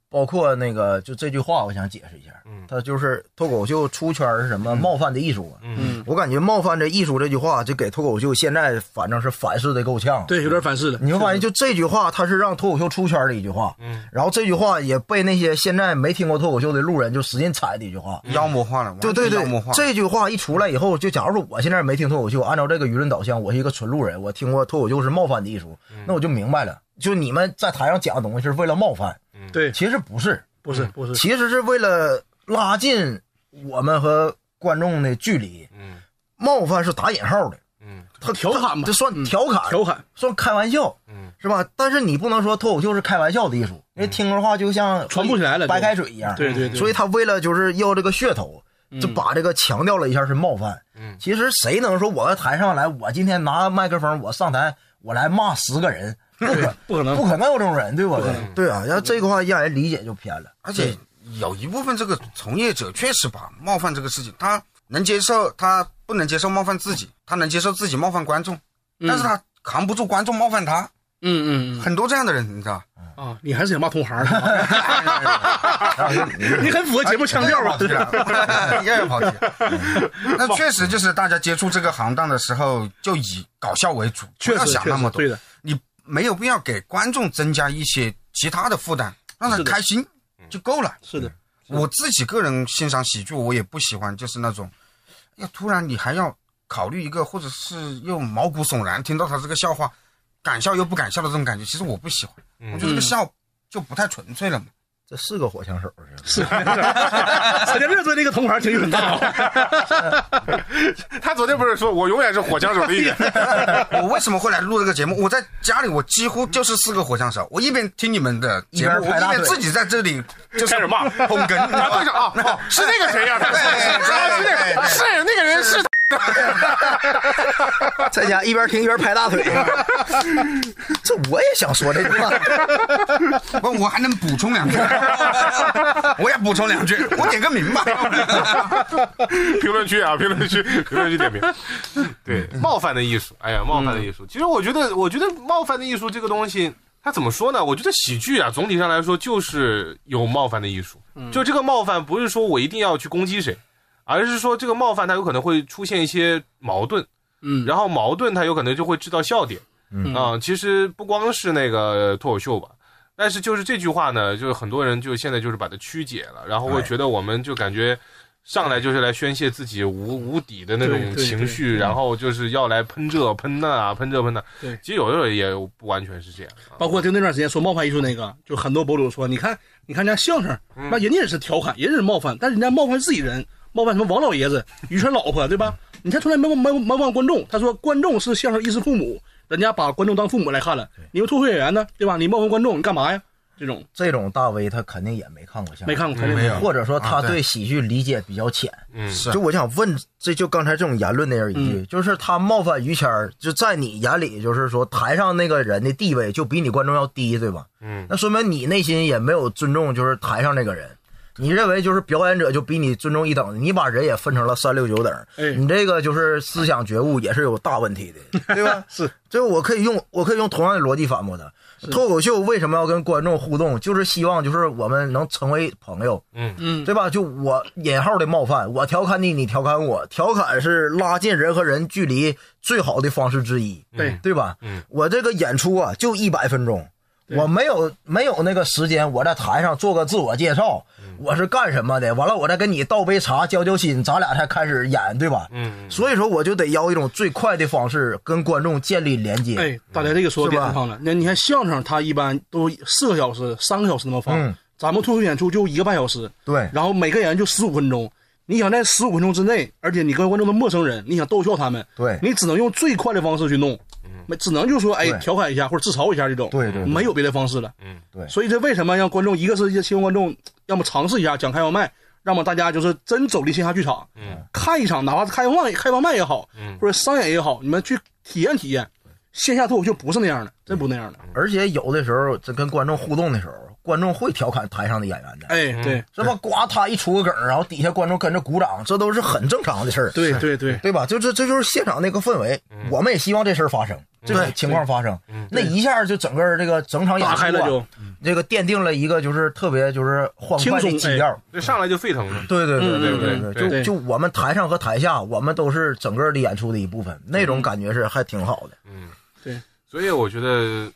[SPEAKER 1] 包括那个就这句话，我想解释一下，
[SPEAKER 5] 嗯
[SPEAKER 1] 他就是脱口秀出圈是什么冒犯的艺术啊。
[SPEAKER 5] 嗯
[SPEAKER 1] 我感觉“冒犯这艺术”这句话，就给脱口秀现在反正是反噬的够呛。
[SPEAKER 2] 对，有点反噬了，
[SPEAKER 1] 你会发现，就这句话，它是让脱口秀出圈的一句话。
[SPEAKER 5] 嗯，
[SPEAKER 1] 然后这句话也被那些现在没听过脱口秀的路人就使劲踩的一句话。
[SPEAKER 3] 妖魔化了，
[SPEAKER 1] 对对
[SPEAKER 3] 完全
[SPEAKER 1] 对
[SPEAKER 3] 妖魔嗯化，了。
[SPEAKER 1] 这句话一出来以后，就假如说我现在没听脱口秀，按照这个舆论导向，我是一个纯路人，我听过脱口秀是冒犯的艺术，那我就明白了，就你们在台上讲的东西是为了冒犯，
[SPEAKER 2] 对，
[SPEAKER 1] 其实不是，
[SPEAKER 2] 不嗯是不是，
[SPEAKER 1] 其实是为了拉近我们和观众的距离。
[SPEAKER 5] 嗯
[SPEAKER 1] 冒犯是打引号的，
[SPEAKER 5] 嗯
[SPEAKER 1] 他
[SPEAKER 2] 调侃嘛
[SPEAKER 1] 这算调侃，
[SPEAKER 2] 调侃，
[SPEAKER 1] 算开玩笑，
[SPEAKER 5] 嗯
[SPEAKER 1] 是吧？但是你不能说脱口秀是开玩笑的艺术，因为听的话就像
[SPEAKER 2] 嗯传不起来了
[SPEAKER 1] 白开水一样。
[SPEAKER 2] 对对对嗯
[SPEAKER 1] 所以他为了就是要这个噱头，就把这个强调了一下是冒犯。
[SPEAKER 5] 嗯
[SPEAKER 1] 其实谁能说我在台上来，我今天拿麦克风，我上台我来骂十个人，不可
[SPEAKER 2] 不可能
[SPEAKER 1] 不可能有这种人，对不对？对
[SPEAKER 2] 嗯
[SPEAKER 1] 啊，然后这个话让人理解就偏了。
[SPEAKER 3] 而且有一部分这个从业者确实把冒犯这个事情，他能接受，他不能接受冒犯自己，他能接受自己冒犯观众，
[SPEAKER 1] 嗯
[SPEAKER 3] 但是他扛不住观众冒犯他，
[SPEAKER 2] 嗯嗯
[SPEAKER 3] 很多这样的人，你知道吧？
[SPEAKER 2] 嗯啊，你还是想骂同行的，你很符 合节目腔 调吧？
[SPEAKER 3] 又要跑题了又要跑题 了。那确实就是大家接触这个行当的时候，就以搞笑为主，
[SPEAKER 2] 确
[SPEAKER 3] 不要
[SPEAKER 2] 实
[SPEAKER 3] 想
[SPEAKER 2] 确
[SPEAKER 3] 那
[SPEAKER 2] 实
[SPEAKER 3] 么多
[SPEAKER 2] 对，的，
[SPEAKER 3] 你没有必要给观众增加一些其他的负担，让他
[SPEAKER 2] 是的嗯
[SPEAKER 3] 开心就够了。
[SPEAKER 2] 是的，
[SPEAKER 3] 我自己个人欣赏喜剧，我也不喜欢，就是那种，要突然你还要考虑一个，或者是又毛骨悚然，听到他这个笑
[SPEAKER 2] 嗯
[SPEAKER 3] 话，敢笑又不敢笑的这种感觉，其实我不喜欢。我觉得这个笑就不太纯粹了嘛。
[SPEAKER 1] 这是个火枪手是吧？
[SPEAKER 2] 是， 陈建斌对那个铜牌挺很大哦。
[SPEAKER 5] 他昨天不是说我永远是火枪手的一员？
[SPEAKER 3] 我为什么会来录这个节目？我在家里，我几乎就是四个火枪手。我一边听你们的节目，
[SPEAKER 1] 一边
[SPEAKER 3] 我
[SPEAKER 1] 拍
[SPEAKER 3] 一
[SPEAKER 1] 大腿
[SPEAKER 3] 边自己在这里就
[SPEAKER 5] 开
[SPEAKER 3] 是
[SPEAKER 5] 始骂
[SPEAKER 3] 捧 哏，你知道
[SPEAKER 5] 啊，
[SPEAKER 3] 吧
[SPEAKER 5] 队长啊， 哦是那个谁呀？是
[SPEAKER 3] 对对
[SPEAKER 5] 是是那
[SPEAKER 3] 对对
[SPEAKER 5] 个啊
[SPEAKER 3] 对
[SPEAKER 5] 是那个人是
[SPEAKER 1] 在家一边听一边拍大腿， 这我也想说这句话。
[SPEAKER 3] 不，我还能补充 两句，我也补充两句，我点个名吧。
[SPEAKER 5] 评论区啊，评论区， 评论区点评。对，冒犯的艺术，哎呀，冒犯的艺术。其实我觉得，我觉得冒犯的艺术这个东西，它怎么说呢？我觉得喜剧啊，总体上来说就是有冒犯的艺术。就这个冒犯，不是说我一定要去攻击谁，而是说这个冒犯它有可能会出现一些矛盾，
[SPEAKER 2] 嗯，
[SPEAKER 5] 然后矛盾它有可能就会制造笑点。嗯啊、其实不光是那个脱口秀吧。但是就是这句话呢，就是很多人就现在就是把它曲解了，然后会
[SPEAKER 1] 哎
[SPEAKER 5] 觉得我们就感觉上来就是来宣泄自己无无底的那
[SPEAKER 2] 对
[SPEAKER 5] 种
[SPEAKER 2] 对
[SPEAKER 5] 情
[SPEAKER 2] 对
[SPEAKER 5] 绪，然后就是要来喷这喷那啊，喷这喷那。
[SPEAKER 2] 对
[SPEAKER 5] 其实有的时候也不完全是这样啊。
[SPEAKER 2] 包括就那段时间说冒犯艺术那个，就很多博主说，你看，你看人家相声，那人家也是调侃，人家也是冒犯，但是人家冒犯自己人，冒犯什么王老爷子、于谦老婆，对吧？你看从来没冒没冒犯观众，他说观众是相声衣食父母，人家把观众当父母来看了。你们脱口秀演员呢，对吧？你冒犯观众，你干嘛呀？这种
[SPEAKER 1] 这种大 V 他肯定也 哎没看过相声，
[SPEAKER 2] 没看过，肯定
[SPEAKER 3] 没有
[SPEAKER 1] 或者说他
[SPEAKER 3] 啊对
[SPEAKER 1] 对喜剧理解比较浅。
[SPEAKER 5] 嗯，
[SPEAKER 3] 是
[SPEAKER 1] 就我想问，这就刚才这种言论那人一句，就是他冒犯于谦儿，就在你眼里，就是说台上那个人的地位就比你观众要低，对吧？
[SPEAKER 5] 嗯，
[SPEAKER 1] 那说明你内心也没有尊重，就是台上那个人。你认为就是表演者就比你尊重一等，你把人也分成了三六九等，
[SPEAKER 2] 哎
[SPEAKER 1] 你这个就是思想觉悟也是有大问题的，对吧？
[SPEAKER 2] 是，
[SPEAKER 1] 就我可以用我可以用同样的逻辑反驳他。脱口秀为什么要跟观众互动？就是希望就是我们能成为朋友，
[SPEAKER 2] 嗯，
[SPEAKER 1] 对吧？就我引号的冒犯，我调侃你，你调侃我，调侃是拉近人和人距离最好的方式之一，
[SPEAKER 2] 对
[SPEAKER 1] 对吧？
[SPEAKER 5] 嗯，
[SPEAKER 1] 我这个演出啊，就一百分钟，我没有没有那个时间，我在台上做个自我介绍，
[SPEAKER 5] 嗯
[SPEAKER 1] 我是干什么的，完了我再跟你倒杯茶交交心，咱俩才开始演，对吧？
[SPEAKER 5] 嗯，
[SPEAKER 1] 所以说我就得要一种最快的方式跟观众建立连接，
[SPEAKER 2] 哎，大家这个说
[SPEAKER 1] 是
[SPEAKER 2] 点
[SPEAKER 1] 吧
[SPEAKER 2] 上了。那你看相声，它一般都四个小时、三个小时那么放，
[SPEAKER 1] 嗯
[SPEAKER 2] 咱们脱口秀演出就一个半小时，
[SPEAKER 1] 对
[SPEAKER 2] 然后每个人就十五分钟。你想在十五分钟之内，而且你跟观众的陌生人，你想逗笑他们，
[SPEAKER 1] 对嗯
[SPEAKER 2] 你只能用最快的方式去弄，没只能就说哎
[SPEAKER 1] 对
[SPEAKER 2] 调侃一下或者自嘲一下这种，
[SPEAKER 1] 对对对
[SPEAKER 2] 没有别的方式了。
[SPEAKER 1] 对
[SPEAKER 2] 所以这为什么让观众一个是希望观众要么尝试一下讲开放麦，要么大家就是真走进线下剧场，
[SPEAKER 5] 嗯
[SPEAKER 2] 看一场，哪怕是开放麦开放麦也好，
[SPEAKER 5] 嗯
[SPEAKER 2] 或者商演也好，你们去体验体验。线下脱口秀不是那样的，真不那样的。
[SPEAKER 1] 而且有的时候这跟观众互动的时候，观众会调侃台上的演员的，
[SPEAKER 2] 哎，对，
[SPEAKER 1] 这不呱他一出个梗儿，然后底下观众跟着鼓掌，这都是很正常的事儿，
[SPEAKER 2] 对对对，
[SPEAKER 1] 对吧？就这这就是现场那个氛围，我们也希望这事儿发生，这种情况发生，那一下就整个这个整场演出、啊、
[SPEAKER 2] 打开了就
[SPEAKER 1] 这个奠定了一个就是特别就是欢
[SPEAKER 2] 轻
[SPEAKER 1] 快
[SPEAKER 2] 松
[SPEAKER 1] 的基调。
[SPEAKER 5] 这上来就沸腾了。
[SPEAKER 1] 对对对对对
[SPEAKER 5] 嗯嗯
[SPEAKER 1] 对，
[SPEAKER 2] 对
[SPEAKER 1] 就就我们台上和台下，我们都是整个的演出的一部分，那种感觉是还挺好的。
[SPEAKER 5] 所以我觉得，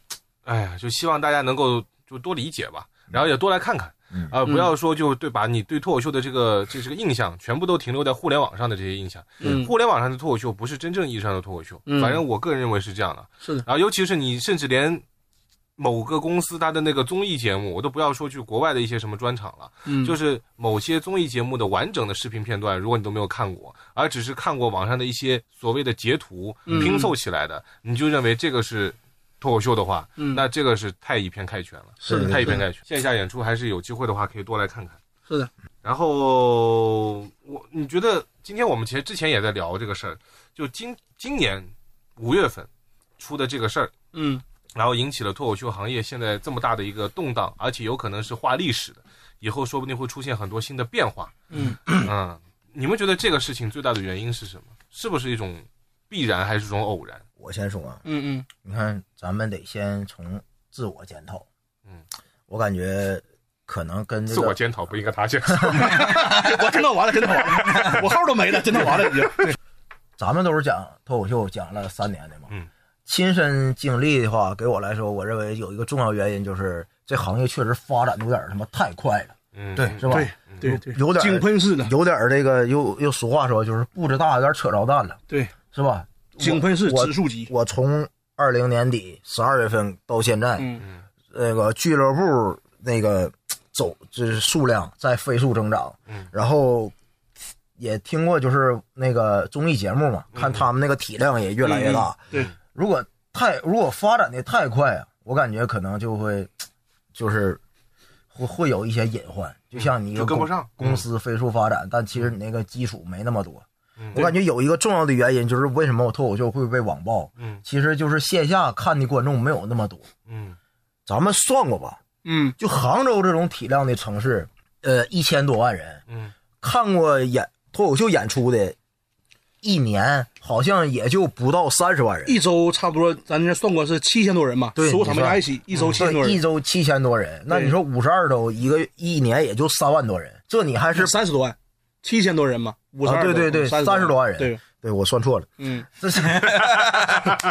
[SPEAKER 5] 哎呀，就希望大家能够就多理解吧，然后也多来看看，啊、
[SPEAKER 2] 嗯
[SPEAKER 5] 不要说就对把你对脱口秀的这个这是个印象，全部都停留在互联网上的这些印象。
[SPEAKER 2] 嗯
[SPEAKER 5] 互联网上的脱口秀不是真正意义上的脱口秀，
[SPEAKER 2] 嗯
[SPEAKER 5] 反正我个人认为是这样的。
[SPEAKER 2] 是的
[SPEAKER 5] 然后尤其是你甚至连。某个公司它的那个综艺节目，我都不要说去国外的一些什么专场了，
[SPEAKER 2] 嗯，
[SPEAKER 5] 就是某些综艺节目的完整的视频片段，如果你都没有看过，而只是看过网上的一些所谓的截图
[SPEAKER 2] 嗯
[SPEAKER 5] 拼凑起来的，你就认为这个是脱口秀的话，
[SPEAKER 2] 嗯
[SPEAKER 5] 那这个是太以偏概全了，
[SPEAKER 1] 是的
[SPEAKER 5] 太以偏概全。线下演出还是有机会的话，可以多来看看。
[SPEAKER 2] 是的。
[SPEAKER 5] 然后我你觉得今天我们其实之前也在聊这个事儿，就今今年五月份出的这个事儿，
[SPEAKER 2] 嗯
[SPEAKER 5] 然后引起了脱口秀行业现在这么大的一个动荡，而且有可能是画历史的，以后说不定会出现很多新的变化。
[SPEAKER 2] 嗯
[SPEAKER 5] 嗯，你们觉得这个事情最大的原因是什么？是不是一种必然，还是一种偶然？
[SPEAKER 1] 我先说啊，
[SPEAKER 2] 嗯嗯，
[SPEAKER 1] 你看咱们得先从自我检讨。
[SPEAKER 5] 嗯，
[SPEAKER 1] 我感觉可能跟这
[SPEAKER 5] 自我
[SPEAKER 1] 个
[SPEAKER 5] 检讨不应该他先。
[SPEAKER 2] 我真的完了，真的完了，我号都没了，真的完了已经。
[SPEAKER 1] 咱们都是讲脱口秀讲了三年的嘛，
[SPEAKER 5] 嗯，
[SPEAKER 1] 亲身经历的话，给我来说，我认为有一个重要原因就是这行业确实发展的有点他妈太快了，
[SPEAKER 5] 嗯，
[SPEAKER 3] 对
[SPEAKER 1] 是吧？
[SPEAKER 2] 对对对，
[SPEAKER 1] 有点
[SPEAKER 2] 井喷似的，
[SPEAKER 1] 有点这个又又俗话说就是步子大有点扯着蛋了，
[SPEAKER 2] 对，
[SPEAKER 1] 是吧？
[SPEAKER 2] 井喷式
[SPEAKER 1] 我
[SPEAKER 2] 指数级。
[SPEAKER 1] 我从二零年底十二月份到现在，
[SPEAKER 2] 嗯
[SPEAKER 1] 那个俱乐部那个走就是数量在飞速增长，
[SPEAKER 5] 嗯
[SPEAKER 1] 然后也听过就是那个综艺节目嘛，
[SPEAKER 5] 嗯
[SPEAKER 1] 看他们那个体量也越来越大，
[SPEAKER 2] 对，
[SPEAKER 1] 如果太如果发展的太快啊，我感觉可能就会就是会会有一些隐患，就像你一个
[SPEAKER 5] 嗯就跟不
[SPEAKER 1] 公
[SPEAKER 5] 上嗯
[SPEAKER 1] 公司飞速发展，但其实你那个基础没那么多。我
[SPEAKER 5] 对
[SPEAKER 1] 感觉有一个重要的原因就是为什么我脱口秀会被网暴，
[SPEAKER 5] 嗯
[SPEAKER 1] 其实就是线下看的观众没有那么多。
[SPEAKER 5] 嗯
[SPEAKER 1] 咱们算过吧，
[SPEAKER 2] 嗯，
[SPEAKER 1] 就杭州这种体量的城市，呃，一千多万人
[SPEAKER 5] 嗯
[SPEAKER 1] 看过演脱口秀演出的，一年好像也就不到三十万人。
[SPEAKER 2] 一周差不多，咱这算过是七千多人吧，
[SPEAKER 1] 对嗯
[SPEAKER 2] 所有场
[SPEAKER 1] 你
[SPEAKER 2] 面
[SPEAKER 1] 说
[SPEAKER 2] 加一起，一周七千多
[SPEAKER 1] 一
[SPEAKER 2] 人，
[SPEAKER 1] 周七千多人，那你说五十二周一个一年也就三万多人，这你还是
[SPEAKER 2] 三十多万，七千多人嘛，五十
[SPEAKER 1] 啊
[SPEAKER 2] 二，
[SPEAKER 1] 对对对
[SPEAKER 2] 三
[SPEAKER 1] 30多万人
[SPEAKER 2] 对，
[SPEAKER 1] 对我算错了，
[SPEAKER 2] 嗯，
[SPEAKER 1] 这是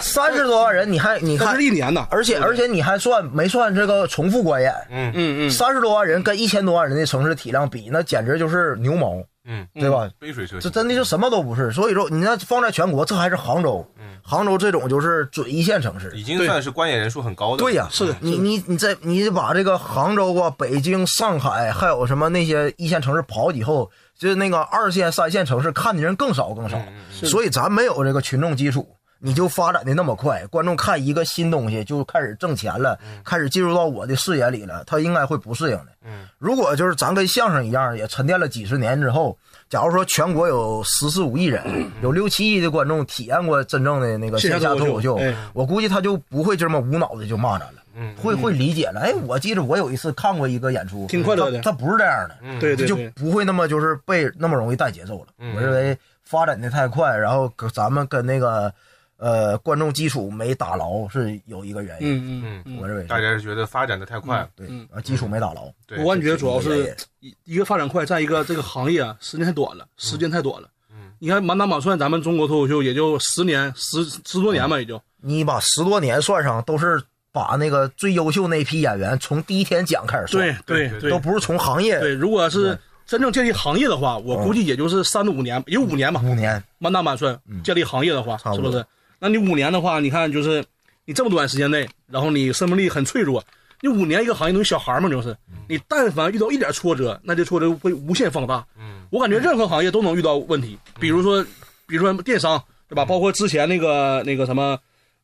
[SPEAKER 1] 三十多万人，你还你
[SPEAKER 2] 那
[SPEAKER 1] 看
[SPEAKER 2] 是，一年呐，
[SPEAKER 1] 而且而且你还算没算这个重复观演？
[SPEAKER 5] 嗯
[SPEAKER 2] 嗯嗯，
[SPEAKER 1] 三十多万人跟一千多万人的城市体量比，那简直就是牛毛，
[SPEAKER 5] 嗯，
[SPEAKER 1] 对吧？
[SPEAKER 5] 杯水车薪
[SPEAKER 1] 这真的就什么都不是。所以说，你那放在全国，这还是杭州，
[SPEAKER 2] 嗯
[SPEAKER 1] 杭州这种就是准一线城市，
[SPEAKER 5] 已经算是观演人数很高的，
[SPEAKER 1] 对呀、
[SPEAKER 2] 是的
[SPEAKER 1] 你
[SPEAKER 2] 是的
[SPEAKER 1] 你你在你把这个杭州啊、北京、上海，还有什么那些一线城市跑以后，就是那个二线、三线城市看的人更少更少，
[SPEAKER 2] 的
[SPEAKER 1] 所以咱没有这个群众基础，你就发展的那么快，观众看一个新东西就开始挣钱了，
[SPEAKER 2] 嗯
[SPEAKER 1] 开始进入到我的视野里了，他应该会不适应的。
[SPEAKER 5] 嗯，
[SPEAKER 1] 如果就是咱跟相声一样，也沉淀了几十年之后。假如说全国有十四五亿人，
[SPEAKER 2] 嗯
[SPEAKER 1] 有六七亿的观众体验过真正的那个
[SPEAKER 2] 线
[SPEAKER 1] 线
[SPEAKER 2] 下
[SPEAKER 1] 下
[SPEAKER 2] 脱
[SPEAKER 1] 脱
[SPEAKER 2] 口
[SPEAKER 1] 口
[SPEAKER 2] 秀
[SPEAKER 1] 秀，
[SPEAKER 2] 哎
[SPEAKER 1] 我估计他就不会这么无脑的就骂咱了，
[SPEAKER 5] 嗯
[SPEAKER 1] 会会理解了。哎，我记着我有一次看过一个演出，
[SPEAKER 2] 挺快乐的嗯
[SPEAKER 1] 他他不是嗯这样的，
[SPEAKER 2] 对对
[SPEAKER 1] 就
[SPEAKER 2] 对，
[SPEAKER 1] 不会那么就是被那么容易带节奏了。
[SPEAKER 5] 嗯
[SPEAKER 1] 我认为发展的太快，然后跟咱们跟那个呃观众基础没打牢是有一个原因，
[SPEAKER 2] 嗯嗯嗯，
[SPEAKER 1] 我认为
[SPEAKER 5] 大
[SPEAKER 1] 是
[SPEAKER 5] 家是觉得发展的太快了，
[SPEAKER 1] 对，啊基础没打牢，
[SPEAKER 5] 对，
[SPEAKER 2] 我感觉
[SPEAKER 5] 这
[SPEAKER 2] 主要
[SPEAKER 1] 这
[SPEAKER 2] 是
[SPEAKER 1] 个
[SPEAKER 2] 一一个发展快，再一个这个行业啊，时间太短了，时间太短了。
[SPEAKER 1] 嗯
[SPEAKER 2] 你看满打满算，咱们中国脱口秀也就十年十十
[SPEAKER 1] 嗯
[SPEAKER 2] 多年吧，也就
[SPEAKER 1] 你把十多年算上，都是把那个最优秀那批演员从第一天讲开始算，
[SPEAKER 2] 对
[SPEAKER 5] 对
[SPEAKER 2] 对
[SPEAKER 1] 都不是从行业
[SPEAKER 2] 对。如果是真正建立行业的话，我
[SPEAKER 1] 嗯
[SPEAKER 2] 估计也就是三到五年，也就五年吧，
[SPEAKER 1] 五年，
[SPEAKER 2] 满打满算建立行业的话，
[SPEAKER 1] 嗯差不
[SPEAKER 2] 是
[SPEAKER 1] 多
[SPEAKER 2] 不是？那你五年的话，你看就是你这么短时间内，然后你生命力很脆弱，你五年一个行业东西小孩儿嘛，就是
[SPEAKER 1] 嗯
[SPEAKER 2] 你但凡遇到一点挫折，那这挫折会无限放大。
[SPEAKER 5] 嗯，
[SPEAKER 2] 我感觉任何行业都能遇到问
[SPEAKER 1] 嗯
[SPEAKER 2] 题，比如说，比如说电商，对吧？包括之前那个那个什么，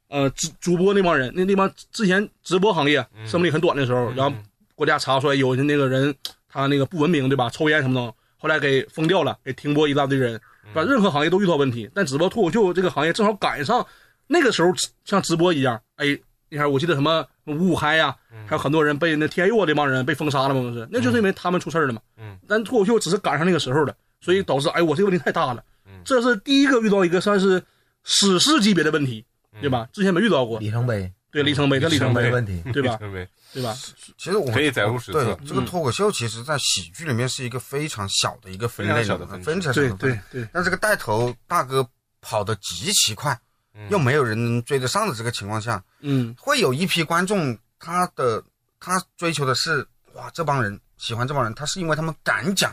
[SPEAKER 2] 呃，主主播那帮人，那那帮之前直播行业
[SPEAKER 1] 嗯
[SPEAKER 2] 生命力很短的时候，然后国家查出来有些那个人他那个不文明，对吧？抽烟什么的，后来给封掉了，给停播一大堆人，对吧？任何行业都遇到问题，但只不过脱口秀这个行业正好赶上那个时候，像直播一样，哎，你看我记得什么五五嗨呀，还有很多人被那天佑啊这帮人被封杀了嘛，不是？那就是因为他们出事儿了嘛。
[SPEAKER 5] 嗯，
[SPEAKER 2] 但脱口秀只是赶上那个时候了，所以导致哎，我这个问题太大了。这是第一个遇到一个算是史诗级别的问题，对吧？之前没遇到过。
[SPEAKER 1] 里程碑，
[SPEAKER 2] 对，里程碑，这里程
[SPEAKER 1] 没
[SPEAKER 2] 碑，
[SPEAKER 1] 问题。
[SPEAKER 5] 嗯
[SPEAKER 2] 对吧？
[SPEAKER 5] 对
[SPEAKER 2] 对吧？
[SPEAKER 3] 其实我
[SPEAKER 5] 可以载入史册
[SPEAKER 3] 对这
[SPEAKER 1] 嗯
[SPEAKER 3] 个脱口秀，其实在喜剧里面是一个非常小的一个分
[SPEAKER 5] 非
[SPEAKER 3] 类
[SPEAKER 5] 常小的分支
[SPEAKER 3] 非常小
[SPEAKER 2] 对
[SPEAKER 3] 的分
[SPEAKER 2] 对
[SPEAKER 3] 类。
[SPEAKER 2] 对，
[SPEAKER 3] 但这个带头大哥跑得极其快，
[SPEAKER 5] 嗯
[SPEAKER 3] 又没有人能追得上的这个情况下，
[SPEAKER 2] 嗯，
[SPEAKER 3] 会有一批观众，他的他追求的是哇，这帮人喜欢这帮人，他是因为他们敢讲。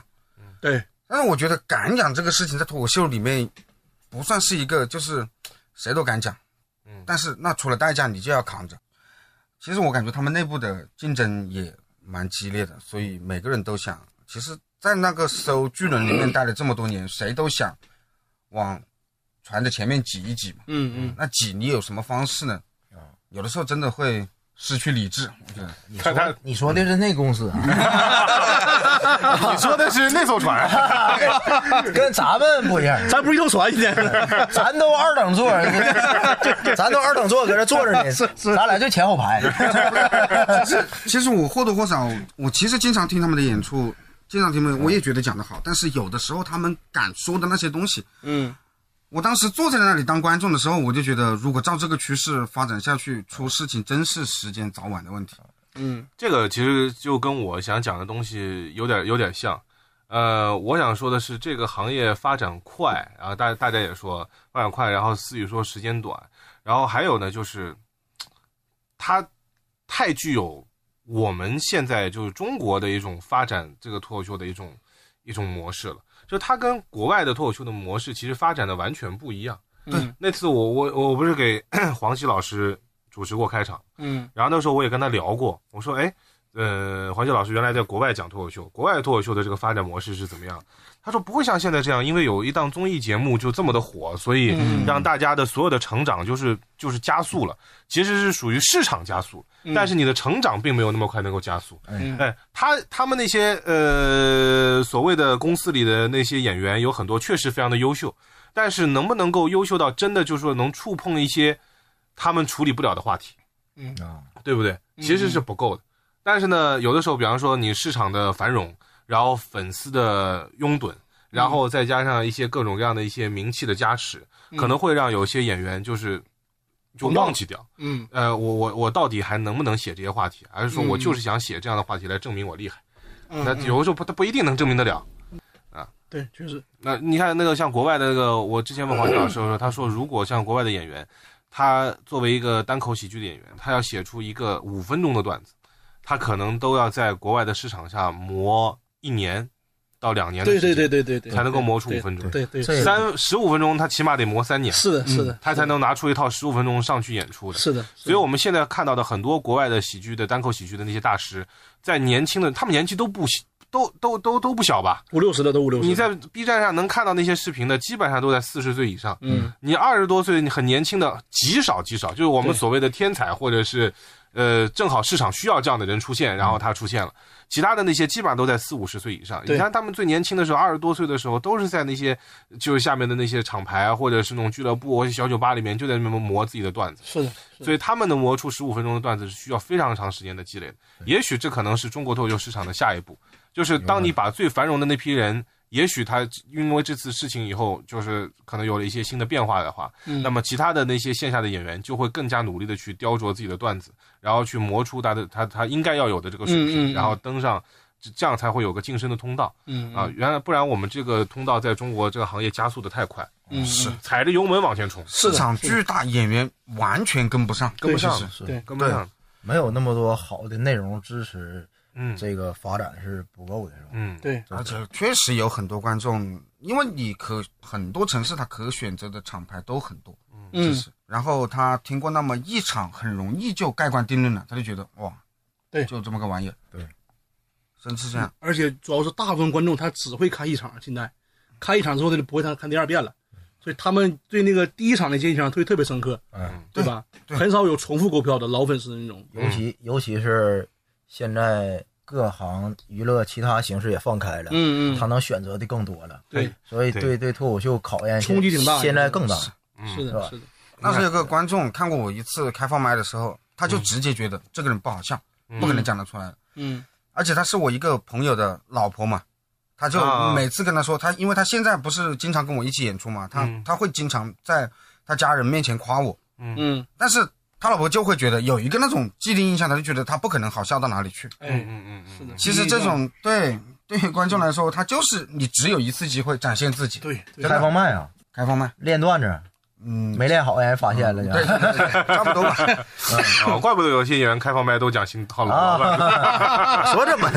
[SPEAKER 2] 对，
[SPEAKER 3] 但是我觉得敢讲这个事情在脱口秀里面不算是一个，就是谁都敢讲，
[SPEAKER 5] 嗯
[SPEAKER 3] 但是那除了代价你就要扛着。其实我感觉他们内部的竞争也蛮激烈的，所以每个人都想，其实，在那个艘巨轮里面待了这么多年，谁都想往船的前面挤一挤嘛。
[SPEAKER 2] 嗯嗯，
[SPEAKER 3] 那挤你有什么方式呢？
[SPEAKER 2] 啊
[SPEAKER 3] 有的时候真的会失去理智，我觉得。
[SPEAKER 1] 你
[SPEAKER 5] 看他
[SPEAKER 1] 说你说的是那公 司啊，
[SPEAKER 5] 你说的是那 艘船，
[SPEAKER 1] 跟咱们不一样，
[SPEAKER 2] 咱不是一艘船，今天
[SPEAKER 1] 咱都二等座， 咱都二等座搁这坐着呢，咱俩就前后排。
[SPEAKER 3] 其实其实我或多或少，我其实经常听他们的演出，经常听他们，我也觉得讲得好。但是有的时候他们敢说的那些东西，
[SPEAKER 2] 嗯，
[SPEAKER 3] 我当时坐在那里当观众的时候，我就觉得，如果照这个趋势发展下去，出事情真是时间早晚的问题。
[SPEAKER 5] 这个其实就跟我想讲的东西有点有点像。呃，我想说的是，这个行业发展快，然后大大家也说发展快，然后思雨说时间短，然后还有呢，就是它太具有我们现在就是中国的一种发展这个脱口秀的一种一种模式了，就它跟国外的脱口秀的模式其实发展的完全不一样。
[SPEAKER 2] 嗯
[SPEAKER 5] 那次我我我不是 给黄西老师主持过开场。
[SPEAKER 2] 嗯
[SPEAKER 5] 然后那时候我也跟他聊过，我说，哎，呃，黄杰老师原来在国外讲脱口秀，国外脱口秀的这个发展模式是怎么样？他说不会像现在这样，因为有一档综艺节目就这么的火，所以让大家的所有的成长就是就是加速了，其实是属于市场加速，但是你的成长并没有那么快能够加速。
[SPEAKER 2] 嗯
[SPEAKER 5] 哎，他他们那些呃所谓的公司里的那些演员，有很多确实非常的优秀，但是能不能够优秀到真的就是说能触碰一些他们处理不了的话题，
[SPEAKER 1] 啊，
[SPEAKER 5] 对不对？
[SPEAKER 2] 嗯
[SPEAKER 5] 其实是不够的。但是呢，有的时候，比方说你市场的繁荣，然后粉丝的拥趸，然
[SPEAKER 2] 嗯
[SPEAKER 5] 后再加上一些各种各样的一些名气的加持，可能会让有些演员就是就
[SPEAKER 2] 不弄
[SPEAKER 5] 忘记掉。
[SPEAKER 2] 嗯
[SPEAKER 5] 呃，我我我到底还能不能写这些话题？还是说
[SPEAKER 2] 嗯
[SPEAKER 5] 我就是想写这样的话题来证明我厉害？
[SPEAKER 2] 嗯，
[SPEAKER 5] 那有的时候不，他不一定能证明得了。
[SPEAKER 2] 对，确实，
[SPEAKER 5] 那你看那个像国外的那个，我之前 问黄俊老师说，他说如果像国外的演员，他作为一个单口喜剧的演员，他要写出一个五分钟的段子，他可能都要在国外的市场下磨一年到两年的
[SPEAKER 2] 对
[SPEAKER 5] 时
[SPEAKER 2] 对
[SPEAKER 5] 间，
[SPEAKER 2] 对对对对，
[SPEAKER 5] 才能够磨出
[SPEAKER 2] 对
[SPEAKER 5] 五分钟。
[SPEAKER 2] 对对，
[SPEAKER 1] 这也
[SPEAKER 5] 三十五分钟，他起码得磨三年，
[SPEAKER 2] 是的，是的，
[SPEAKER 5] 他才能拿出一套十五分钟上去演出的。
[SPEAKER 2] 是的，
[SPEAKER 5] 所以我们现在看到的很多国外的喜剧的单口喜剧的那些大师，在年轻的他们年纪都不小都都都都不小吧？
[SPEAKER 2] 五六十的都五六十，
[SPEAKER 5] 你在 B 站上能看到那些视频的，基本上都在四十岁以上。
[SPEAKER 2] 嗯，
[SPEAKER 5] 你二十多岁，你很年轻的极少极少，就是我们
[SPEAKER 2] 对
[SPEAKER 5] 所谓的天才，或者是呃，正好市场需要这样的人出现，然后他出现了。其他的那些基本上都在四五十岁以上。
[SPEAKER 2] 嗯对
[SPEAKER 5] 你看他们最年轻的时候，二十多岁的时候，都是在那些就是下面的那些厂牌啊或者是那种俱乐部或者小酒吧里面，就在那边磨自己的段子。
[SPEAKER 2] 是的，是的
[SPEAKER 5] 所以他们能磨出十五分钟的段子是需要非常长时间的积累的。也许这可能是中国脱口秀市场的下一步，就是当你把最繁荣的那批人，也许他因为这次事情以后，就是可能有了一些新的变化的话，
[SPEAKER 2] 嗯
[SPEAKER 5] 那么其他的那些线下的演员就会更加努力的去雕琢自己的段子，然后去磨出他的他他应该要有的这个水
[SPEAKER 2] 嗯嗯
[SPEAKER 5] 平，
[SPEAKER 2] 嗯
[SPEAKER 5] 然后登上。这这样才会有个晋升的通道
[SPEAKER 2] 嗯
[SPEAKER 5] 啊！原来不然我们这个通道在中国这个行业加速的太快，
[SPEAKER 2] 嗯是
[SPEAKER 5] 踩着油门往前冲，
[SPEAKER 2] 是
[SPEAKER 3] 市
[SPEAKER 2] 的
[SPEAKER 3] 场
[SPEAKER 2] 是的
[SPEAKER 3] 巨大，演员完全跟不上，
[SPEAKER 5] 跟不上
[SPEAKER 3] 其实
[SPEAKER 1] 是
[SPEAKER 2] 对
[SPEAKER 5] 跟不上。
[SPEAKER 1] 没有那么多好的内容支持，
[SPEAKER 5] 嗯，
[SPEAKER 1] 这个发展是不够的，是吧？
[SPEAKER 5] 嗯，
[SPEAKER 2] 对
[SPEAKER 3] 而且确实有很多观众，因为你可很多城市它可选择的厂牌都很多，
[SPEAKER 2] 嗯
[SPEAKER 3] 是然后他听过那么一场，很容易就盖棺定论了，他就觉得哇，
[SPEAKER 2] 对
[SPEAKER 3] 就这么个玩意儿，
[SPEAKER 1] 对，
[SPEAKER 3] 真是这样。
[SPEAKER 2] 而且主要是大部分观众他只会看一场，现在看一场之后他就不会看看第二遍了，所以他们对那个第一场的印象会特别深刻，
[SPEAKER 1] 嗯，
[SPEAKER 2] 对吧？
[SPEAKER 3] 对
[SPEAKER 2] 很少有重复购票的老粉丝那种，
[SPEAKER 1] 尤其尤其是现在各行娱乐其他形式也放开了，
[SPEAKER 2] 嗯嗯
[SPEAKER 1] 他能选择的更多了，
[SPEAKER 2] 对，
[SPEAKER 1] 所以
[SPEAKER 5] 对
[SPEAKER 1] 对对脱口秀考验
[SPEAKER 2] 冲击挺大的
[SPEAKER 1] 现在更大。
[SPEAKER 5] 嗯
[SPEAKER 2] 是的，是的，
[SPEAKER 3] 那时候有个观众看过我一次开放麦的时候，他就直接觉得这个人不好笑，不可能讲得出来的。
[SPEAKER 2] 嗯
[SPEAKER 3] 而且他是我一个朋友的老婆嘛，他就
[SPEAKER 5] 啊
[SPEAKER 3] 每次跟他说，他因为他现在不是经常跟我一起演出嘛，他
[SPEAKER 5] 嗯
[SPEAKER 3] 他会经常在他家人面前夸我，
[SPEAKER 2] 嗯，
[SPEAKER 3] 但是他老婆就会觉得有一个那种既定印象，他就觉得他不可能好笑到哪里去。
[SPEAKER 5] 嗯
[SPEAKER 2] 哎，
[SPEAKER 5] 嗯嗯嗯，
[SPEAKER 2] 是的，
[SPEAKER 3] 其实这种对对于观众来说，他就是你只有一次机会展现自己。
[SPEAKER 2] 对对
[SPEAKER 1] 开放麦啊，
[SPEAKER 3] 开放麦，
[SPEAKER 1] 练段子
[SPEAKER 3] 嗯，
[SPEAKER 1] 没练好，让人发现了就。
[SPEAKER 3] 对，对对对差不多吧。
[SPEAKER 5] 哦，怪不得有些演员开放麦都讲新套路，老板
[SPEAKER 1] 啊，说这么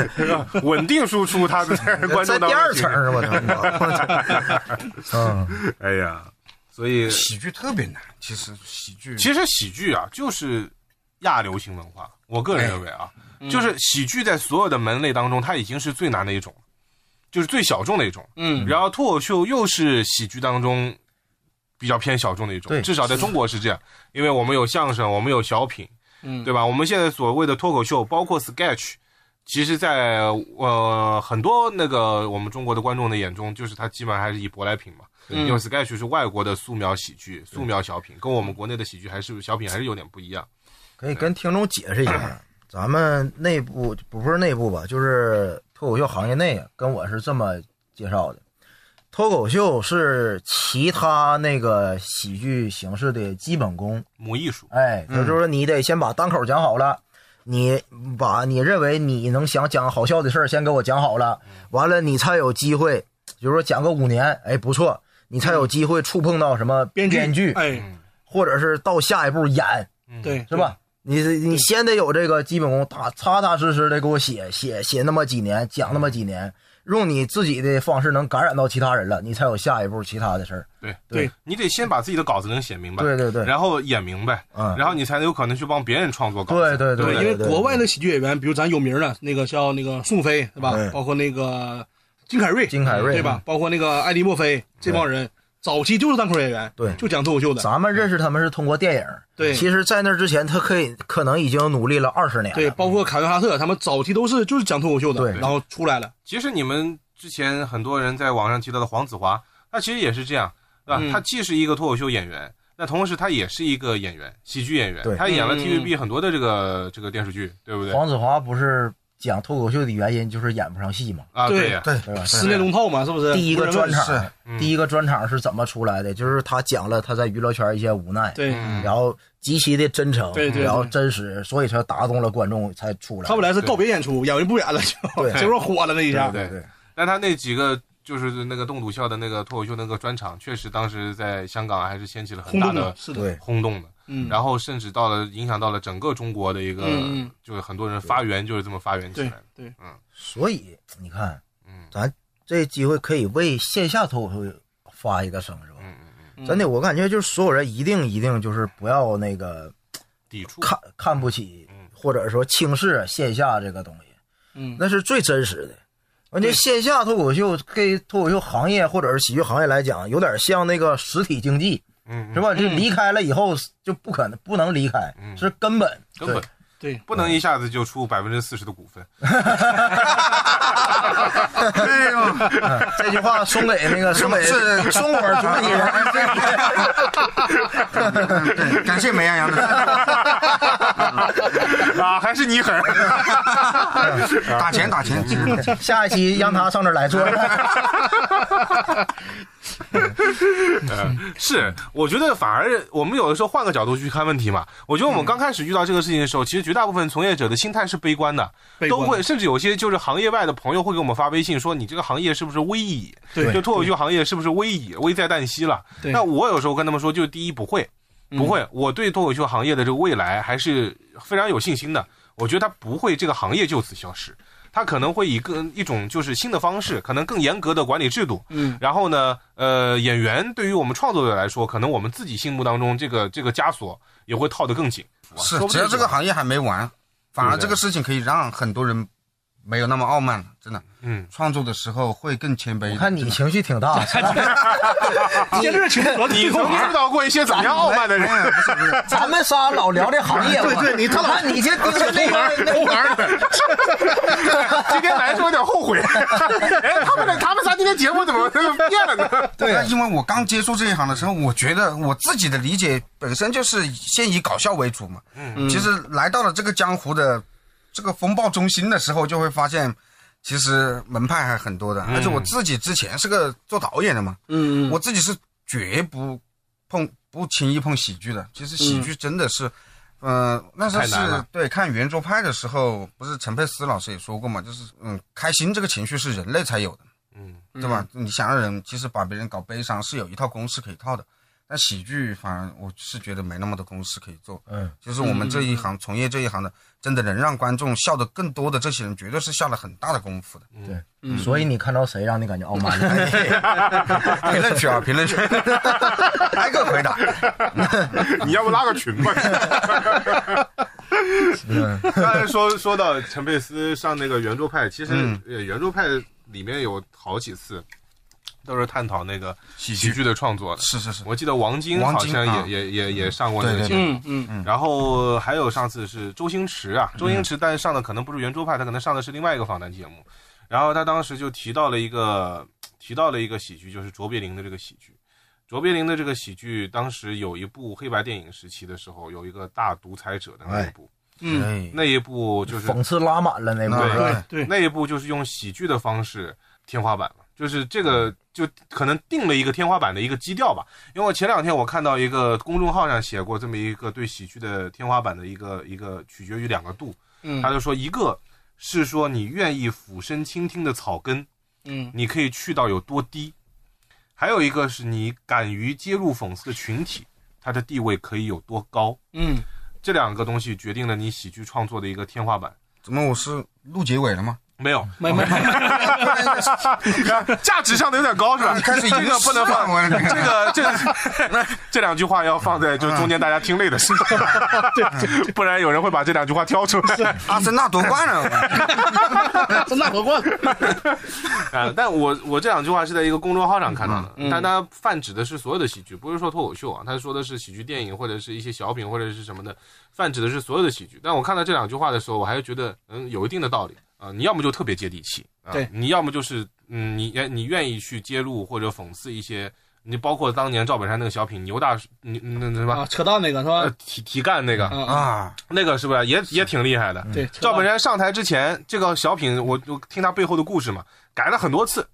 [SPEAKER 5] 稳定输出他的 观
[SPEAKER 1] 在
[SPEAKER 5] 众当中
[SPEAKER 1] 第二层是吧？嗯，
[SPEAKER 5] 哎呀，所以
[SPEAKER 3] 喜剧特别难，其实喜剧
[SPEAKER 5] 其实喜剧啊，就是亚流行文化。我
[SPEAKER 1] 哎
[SPEAKER 5] 个人认为啊，就是喜剧在所有的门类当中，它已经是最难的一种，就是最小众的一种。
[SPEAKER 2] 嗯，
[SPEAKER 5] 然后脱口秀又是喜剧当中比较偏小众的一种
[SPEAKER 1] 对，
[SPEAKER 5] 至少在中国是这样，因为我们有相声，我们有小品，
[SPEAKER 2] 嗯
[SPEAKER 5] 对吧？我们现在所谓的脱口秀，包括 sketch，其实在呃很多那个我们中国的观众的眼中，就是它基本上还是以舶来品嘛。
[SPEAKER 2] 嗯
[SPEAKER 5] 因为 sketch 是外国的素描喜剧、素描小品，跟我们国内的喜剧还是小品还是有点不一样。
[SPEAKER 1] 可以跟听众解释一
[SPEAKER 2] 嗯
[SPEAKER 1] 下， 咱们内部不是内部吧，就是脱口秀行业内，啊跟我是这么介绍的：脱口秀是其他那个喜剧形式的基本功，
[SPEAKER 5] 母艺术，
[SPEAKER 1] 哎，
[SPEAKER 2] 嗯
[SPEAKER 1] 也就是说你得先把单口讲好了，你把你认为你能想讲好笑的事儿先给我讲好了，
[SPEAKER 2] 嗯
[SPEAKER 1] 完了你才有机会，比如说讲个五年，哎不错，你才有机会触碰到什么
[SPEAKER 2] 嗯编
[SPEAKER 1] 剧，
[SPEAKER 2] 剧，嗯哎，
[SPEAKER 1] 或者是到下一步演，
[SPEAKER 2] 对，
[SPEAKER 1] 是吧？你你先得有这个基本功，踏踏踏实实的给我写写写那么几年，讲那么几年，用你自己的方式能感染到其他人了，你才有下一步其他的事儿。
[SPEAKER 5] 对
[SPEAKER 1] 对
[SPEAKER 5] 你得先把自己的稿子能写明白，
[SPEAKER 1] 对对对
[SPEAKER 5] 然后演明白，
[SPEAKER 1] 嗯
[SPEAKER 5] 然后你才能有可能去帮别人创作稿
[SPEAKER 1] 对
[SPEAKER 5] 子。
[SPEAKER 1] 对
[SPEAKER 5] 对
[SPEAKER 1] 对
[SPEAKER 5] 不
[SPEAKER 2] 因为国外的喜剧演员，比如咱有名的那个叫那个宋飞，对吧？
[SPEAKER 1] 对
[SPEAKER 2] 包括那个金凯瑞，
[SPEAKER 1] 金凯瑞
[SPEAKER 2] 对吧？包括那个艾迪墨菲这帮人，早期就是单口演员，
[SPEAKER 1] 对
[SPEAKER 2] 就讲脱口秀的，
[SPEAKER 1] 咱们认识他们是通过电影，
[SPEAKER 2] 对
[SPEAKER 1] 其实，在那之前，他可以可能已经努力了二十年了，
[SPEAKER 2] 对，包括凯文哈特，他们早期都是就是讲脱口秀的，
[SPEAKER 1] 对
[SPEAKER 2] 然后出来了，
[SPEAKER 5] 其实你们之前很多人在网上提到的黄子华，他其实也是这样，对吧？
[SPEAKER 2] 嗯
[SPEAKER 5] 他既是一个脱口秀演员，那同时他也是一个演员，喜剧演员。
[SPEAKER 1] 对
[SPEAKER 5] 他演了
[SPEAKER 2] 嗯
[SPEAKER 5] TVB 很多的这个、这个电视剧，对不对？
[SPEAKER 1] 黄子华不是讲脱口秀的原因就是演不上戏嘛，
[SPEAKER 5] 啊，
[SPEAKER 2] 对
[SPEAKER 5] 呀，
[SPEAKER 3] 对
[SPEAKER 1] 对吧？
[SPEAKER 2] 十年龙套嘛，是不是？
[SPEAKER 1] 第一个专场
[SPEAKER 3] 是，
[SPEAKER 5] 嗯
[SPEAKER 1] 第一个专场是怎么出来的？就是他讲了他在娱乐圈一些无奈，
[SPEAKER 2] 对，
[SPEAKER 5] 嗯
[SPEAKER 1] 然后极其的真诚，
[SPEAKER 2] 对对对
[SPEAKER 1] 然后真实，所以才打动了观众才出来。
[SPEAKER 2] 他本来是告别演出，演完不演了就，
[SPEAKER 1] 对
[SPEAKER 2] 结果火了那一下，
[SPEAKER 5] 对
[SPEAKER 1] 对，
[SPEAKER 5] 但他那几个就是那个冻笃笑的那个脱口秀那个专场，确实当时在香港还是掀起了很
[SPEAKER 2] 轰
[SPEAKER 5] 大
[SPEAKER 2] 动
[SPEAKER 5] 的
[SPEAKER 2] 了，是的，
[SPEAKER 1] 对
[SPEAKER 5] 轰动的。
[SPEAKER 2] 嗯，
[SPEAKER 5] 然后甚至到了影响到了整个中国的一个，
[SPEAKER 2] 嗯嗯
[SPEAKER 5] 就是很多人发源就是这么发源起来
[SPEAKER 2] 对
[SPEAKER 5] 的。
[SPEAKER 2] 对，
[SPEAKER 1] 所以你看，
[SPEAKER 5] 嗯
[SPEAKER 1] 咱这机会可以为线下脱口秀发一个声，是吧？
[SPEAKER 5] 嗯嗯嗯，
[SPEAKER 2] 嗯
[SPEAKER 1] 真的，我感觉就是所有人一定一定就是不要那个
[SPEAKER 5] 抵触。
[SPEAKER 1] 看看不起
[SPEAKER 5] 嗯，
[SPEAKER 1] 或者说轻视线下这个东西，
[SPEAKER 2] 嗯，
[SPEAKER 1] 那是最真实的。而且
[SPEAKER 2] 对
[SPEAKER 1] 线下脱口秀对脱口秀行业或者是喜剧行业来讲，有点像那个实体经济，
[SPEAKER 5] 嗯，
[SPEAKER 1] 是
[SPEAKER 5] 吧？
[SPEAKER 1] 吧？就离开了以后就不可能不能离开，是根本
[SPEAKER 5] 根本
[SPEAKER 1] 对
[SPEAKER 2] 对，
[SPEAKER 5] 不能一下子就出百分之四十的股份。
[SPEAKER 3] 哎呦，
[SPEAKER 1] 这句话送给那个送给
[SPEAKER 3] 是
[SPEAKER 1] 送我主理人，
[SPEAKER 3] 嗯 对，感谢美羊 羊的
[SPEAKER 5] 啊，还是你狠。
[SPEAKER 3] 打钱打钱，
[SPEAKER 1] 这 下一期让他上这儿来做。
[SPEAKER 5] 是，我觉得反而我们有的时候换个角度去看问题嘛。我觉得我
[SPEAKER 2] 嗯
[SPEAKER 5] 们刚开始遇到这个事情的时候，其实绝大部分从业者的心态是悲观的，
[SPEAKER 2] 悲观
[SPEAKER 5] 都会甚至有些就是行业外的朋友会给我们发微信说你这个行业是不是危矣？
[SPEAKER 2] 对
[SPEAKER 5] 就脱口秀行业是不是危矣？危在旦夕了。
[SPEAKER 2] 对嗯
[SPEAKER 5] 那我有时候跟他们说，就是第一不会，不会，我对脱口秀行业的这个未来还是非常有信心的。我觉得它不会这个行业就此消失，它可能会以更一种就是新的方式，可能更严格的管理制度。
[SPEAKER 2] 嗯，
[SPEAKER 5] 然后呢，呃，演员对于我们创作者来说，可能我们自己心目当中这个这个枷锁也会套得更紧。
[SPEAKER 3] 是
[SPEAKER 5] 说，不定
[SPEAKER 3] 只要这个行业还没完，反而
[SPEAKER 5] 对
[SPEAKER 3] 这个事情可以让很多人没有那么傲慢了，真的。
[SPEAKER 5] 嗯，
[SPEAKER 3] 创作的时候会更谦卑。
[SPEAKER 1] 我看你情绪挺大，
[SPEAKER 2] 接着请主
[SPEAKER 5] 你曾经遇到过一些怎么样傲慢的
[SPEAKER 3] 哎
[SPEAKER 5] 人？
[SPEAKER 3] 呀，不是不是，
[SPEAKER 1] 咱们仨老聊这行业嘛，对对，你他妈你这盯着那个那个，
[SPEAKER 5] 今天来说有点后 悔。哎，他们的他们仨今天节目怎么 怎么变了呢？
[SPEAKER 1] 对
[SPEAKER 3] 那因为我刚接触这一行的时候，我觉得我自己的理解本身就是先以搞笑为主嘛。嗯，其实来到了这个江湖的这个风暴中心的时候，就会发现。其实门派还很多的，而且我自己之前是个做导演的嘛，
[SPEAKER 2] 嗯，嗯
[SPEAKER 3] 我自己是绝不碰、不轻易碰喜剧的。其实喜剧真的是，呃，那时候
[SPEAKER 5] 太难
[SPEAKER 3] 是
[SPEAKER 5] 了
[SPEAKER 3] 对看圆桌派的时候，不是陈佩斯老师也说过嘛，就是嗯，开心这个情绪是人类才有的，
[SPEAKER 5] 嗯，
[SPEAKER 3] 对吧？你想让人其实把别人搞悲伤是有一套公式可以套的，但喜剧反而我是觉得没那么多公式可以做。
[SPEAKER 1] 嗯，
[SPEAKER 3] 就是我们这一行、从业这一行的，真的能让观众笑得更多的这些人，绝对是下了很大的功夫的。
[SPEAKER 1] 嗯对，所以你看到谁让你感觉傲慢了？
[SPEAKER 3] 评论区啊，评论区，挨个回答。
[SPEAKER 5] 你要不拉个群吧？ 刚才说说到陈佩斯上那个圆桌派，其实
[SPEAKER 3] 嗯
[SPEAKER 5] 呃圆桌派里面有好几次都是探讨那个
[SPEAKER 3] 喜
[SPEAKER 5] 喜剧的创作的。
[SPEAKER 3] 是是是，
[SPEAKER 5] 我记得王晶
[SPEAKER 3] 王
[SPEAKER 5] 好
[SPEAKER 3] 晶
[SPEAKER 5] 像也、
[SPEAKER 3] 啊
[SPEAKER 5] 也也也上过那个
[SPEAKER 3] 对
[SPEAKER 5] 节
[SPEAKER 3] 对
[SPEAKER 5] 目，
[SPEAKER 2] 嗯嗯
[SPEAKER 5] 然后还有上次是周星驰啊，周星驰，但是上的可能不是圆桌派，他可能上的是另外一个访谈节目。然后他当时就提到了一个提到了一个喜剧，就是卓别林的这个喜剧。卓别林的这个喜剧，当时有一部黑白电影时期的时候，有一个大独裁者的那一部，
[SPEAKER 2] 嗯，
[SPEAKER 3] 哎
[SPEAKER 5] 那一部就是
[SPEAKER 1] 讽刺拉满了那不
[SPEAKER 3] 对
[SPEAKER 1] 是吧？
[SPEAKER 2] 对对，
[SPEAKER 5] 那一部就是用喜剧的方式天花板了，就是这个就可能定了一个天花板的一个基调吧。因为我前两天我看到一个公众号上写过这么一个对喜剧的天花板的一个一个取决于两个度，
[SPEAKER 2] 嗯
[SPEAKER 5] 他就说一个是说你愿意俯身倾听的草根，
[SPEAKER 2] 嗯
[SPEAKER 5] 你可以去到有多低；还有一个是你敢于揭露讽刺的群体，他的地位可以有多高。
[SPEAKER 2] 嗯，
[SPEAKER 5] 这两个东西决定了你喜剧创作的一个天花板。
[SPEAKER 3] 怎么我是录结尾了吗？
[SPEAKER 5] 没有，
[SPEAKER 2] 没没没，
[SPEAKER 5] 价值上的有点高是吧？
[SPEAKER 3] 开始
[SPEAKER 5] 这
[SPEAKER 3] 吟
[SPEAKER 5] 个
[SPEAKER 3] 诗
[SPEAKER 5] 不能放
[SPEAKER 3] 了我，
[SPEAKER 5] 这个这个这 两句话要放在就是中间大家听累的时候， 不然有人会把这两句话挑出来。
[SPEAKER 3] 阿森纳夺冠 了，
[SPEAKER 2] 真拿夺冠了。
[SPEAKER 5] 啊，但我我这两句话是在一个公众号上看到
[SPEAKER 2] 嗯
[SPEAKER 5] 的，但它泛指的是所有的喜剧，不是说脱口秀啊，他说的是喜剧电影或者是一些小品或者是什么的，泛指的是所有的喜剧。但我看到这两句话的时候，我还是觉得嗯有一定的道理啊、你要么就特别接地气，啊、
[SPEAKER 2] 对
[SPEAKER 5] 你要么就是嗯你你愿意去揭露或者讽刺一些，你包括当年赵本山那个小品牛大叔，你嗯那那什么
[SPEAKER 2] 啊，扯淡那个是
[SPEAKER 5] 呃
[SPEAKER 2] 吧？
[SPEAKER 5] 提提干那个、
[SPEAKER 2] 啊啊，
[SPEAKER 3] 啊，
[SPEAKER 5] 那个是不是也也挺厉害的？
[SPEAKER 2] 对，
[SPEAKER 5] 赵本山上台之前，这个小品我我听他背后的故事嘛，改了很多次，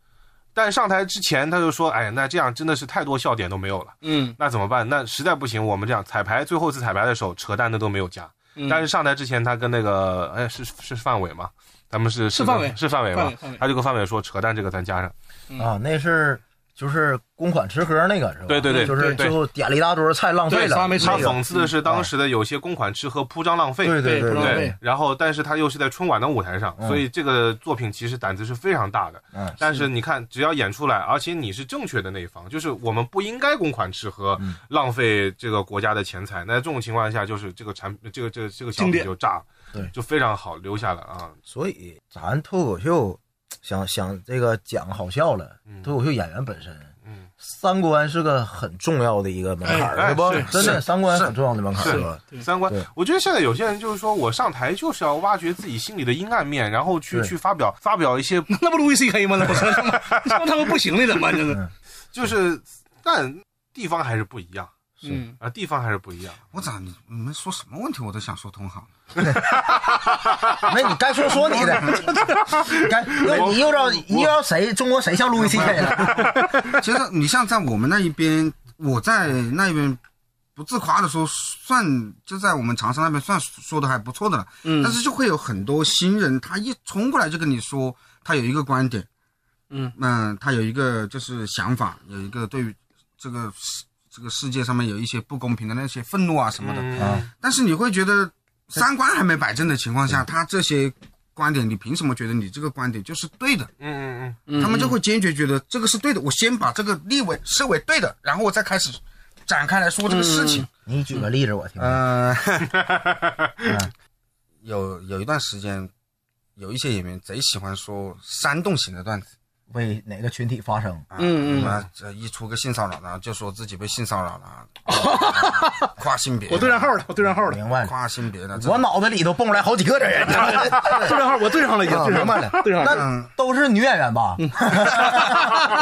[SPEAKER 5] 但上台之前他就说：“哎，那这样真的是太多笑点都没有了，
[SPEAKER 2] 嗯，
[SPEAKER 5] 那怎么办？那实在不行，我们这样彩排，最后一次彩排的时候，扯淡的都没有加。
[SPEAKER 2] 嗯
[SPEAKER 5] 但是上台之前，他跟那个哎是是范伟吗？咱们是
[SPEAKER 2] 是范伟
[SPEAKER 5] 是范伟
[SPEAKER 2] 范
[SPEAKER 5] 吗
[SPEAKER 2] 伟范伟？
[SPEAKER 5] 他就跟范伟说，扯淡这个咱加上。
[SPEAKER 1] 啊，那是就是公款吃喝那个是吧？
[SPEAKER 5] 对对对
[SPEAKER 1] 就是
[SPEAKER 5] 对
[SPEAKER 1] 最后点了一大桌菜浪费
[SPEAKER 2] 对啥
[SPEAKER 1] 了，
[SPEAKER 2] 没吃
[SPEAKER 5] 他
[SPEAKER 1] 那个
[SPEAKER 5] 讽刺的是当时的有些公款吃喝铺张浪费。
[SPEAKER 1] 对
[SPEAKER 2] 对
[SPEAKER 1] 对
[SPEAKER 2] 不浪
[SPEAKER 5] 对
[SPEAKER 2] 费，嗯
[SPEAKER 5] 然后但是他又是在春晚的舞台上，所以这个作品其实胆子是非常大的。
[SPEAKER 1] 嗯
[SPEAKER 5] 但是你看，只要演出来，而且你是正确的那一方，就是我们不应该公款吃喝，
[SPEAKER 3] 嗯
[SPEAKER 5] 浪费这个国家的钱财。那这种情况下，就是这个产这个这个这个小
[SPEAKER 2] 经
[SPEAKER 5] 品
[SPEAKER 2] 典
[SPEAKER 5] 就炸，
[SPEAKER 1] 对
[SPEAKER 5] 就非常好留下了啊。
[SPEAKER 1] 所以咱脱口秀想想这个讲好笑了，脱口秀演员本身。
[SPEAKER 5] 嗯
[SPEAKER 1] 三观是个很重要的一个门槛
[SPEAKER 5] 哎
[SPEAKER 1] 儿，对不
[SPEAKER 5] 是？
[SPEAKER 1] 真的，
[SPEAKER 3] 是
[SPEAKER 1] 三观很重要的门槛
[SPEAKER 5] 是
[SPEAKER 1] 儿，吧？
[SPEAKER 5] 三观
[SPEAKER 1] 对，
[SPEAKER 5] 我觉得现在有些人就是说我上台就是要挖掘自己心里的阴暗面，然后去
[SPEAKER 1] 对
[SPEAKER 5] 去发表发表一 些
[SPEAKER 2] 那不路易 C K 吗？那不是， 那他们不行了怎么？
[SPEAKER 5] 嗯
[SPEAKER 2] 真的，
[SPEAKER 5] 就是，但地方还是不一样
[SPEAKER 2] 嗯，
[SPEAKER 5] 啊，地方还是不一样。
[SPEAKER 3] 我咋你你们说什么问题我都想说通好，
[SPEAKER 1] 那你该说说 你的，该那你又让你又让谁？中国谁像路易 C K 了？
[SPEAKER 3] 其实你像在我们那一边，我在那一边不自夸的说，算就在我们长沙那边算说的还不错的了。嗯，但是就会有很多新人，他一冲过来就跟你说，他有一个观点，
[SPEAKER 2] 嗯
[SPEAKER 3] 他有一个就是想法，有一个对于这个世这个世界上面有一些不公平的那些愤怒啊什么的，
[SPEAKER 5] 嗯，
[SPEAKER 3] 但是你会觉得三观还没摆正的情况下，他这些观点，你凭什么觉得你这个观点就是对的？
[SPEAKER 5] 嗯嗯
[SPEAKER 3] 他们就会坚决觉得这个是对的，我先把这个立为视为对的，然后我再开始展开来说这个事情。
[SPEAKER 1] 你举个例子我听听。
[SPEAKER 3] 嗯， 有有一段时间，有一些演员贼喜欢说煽动型的段子。
[SPEAKER 1] 为哪个群体发声？
[SPEAKER 2] 嗯嗯
[SPEAKER 3] 啊，这一出个性骚扰呢，就说自己被性骚扰了，跨性别，
[SPEAKER 2] 我对上号了，我对上号了，
[SPEAKER 1] 明白了，
[SPEAKER 3] 跨性别的，这
[SPEAKER 1] 我脑子里头蹦出来好几个这 人，
[SPEAKER 2] 对上号，我对上了已经，
[SPEAKER 1] 啊
[SPEAKER 2] 对上
[SPEAKER 1] 明白了
[SPEAKER 2] 对上了。
[SPEAKER 1] 那都是女演员 吧？
[SPEAKER 3] 嗯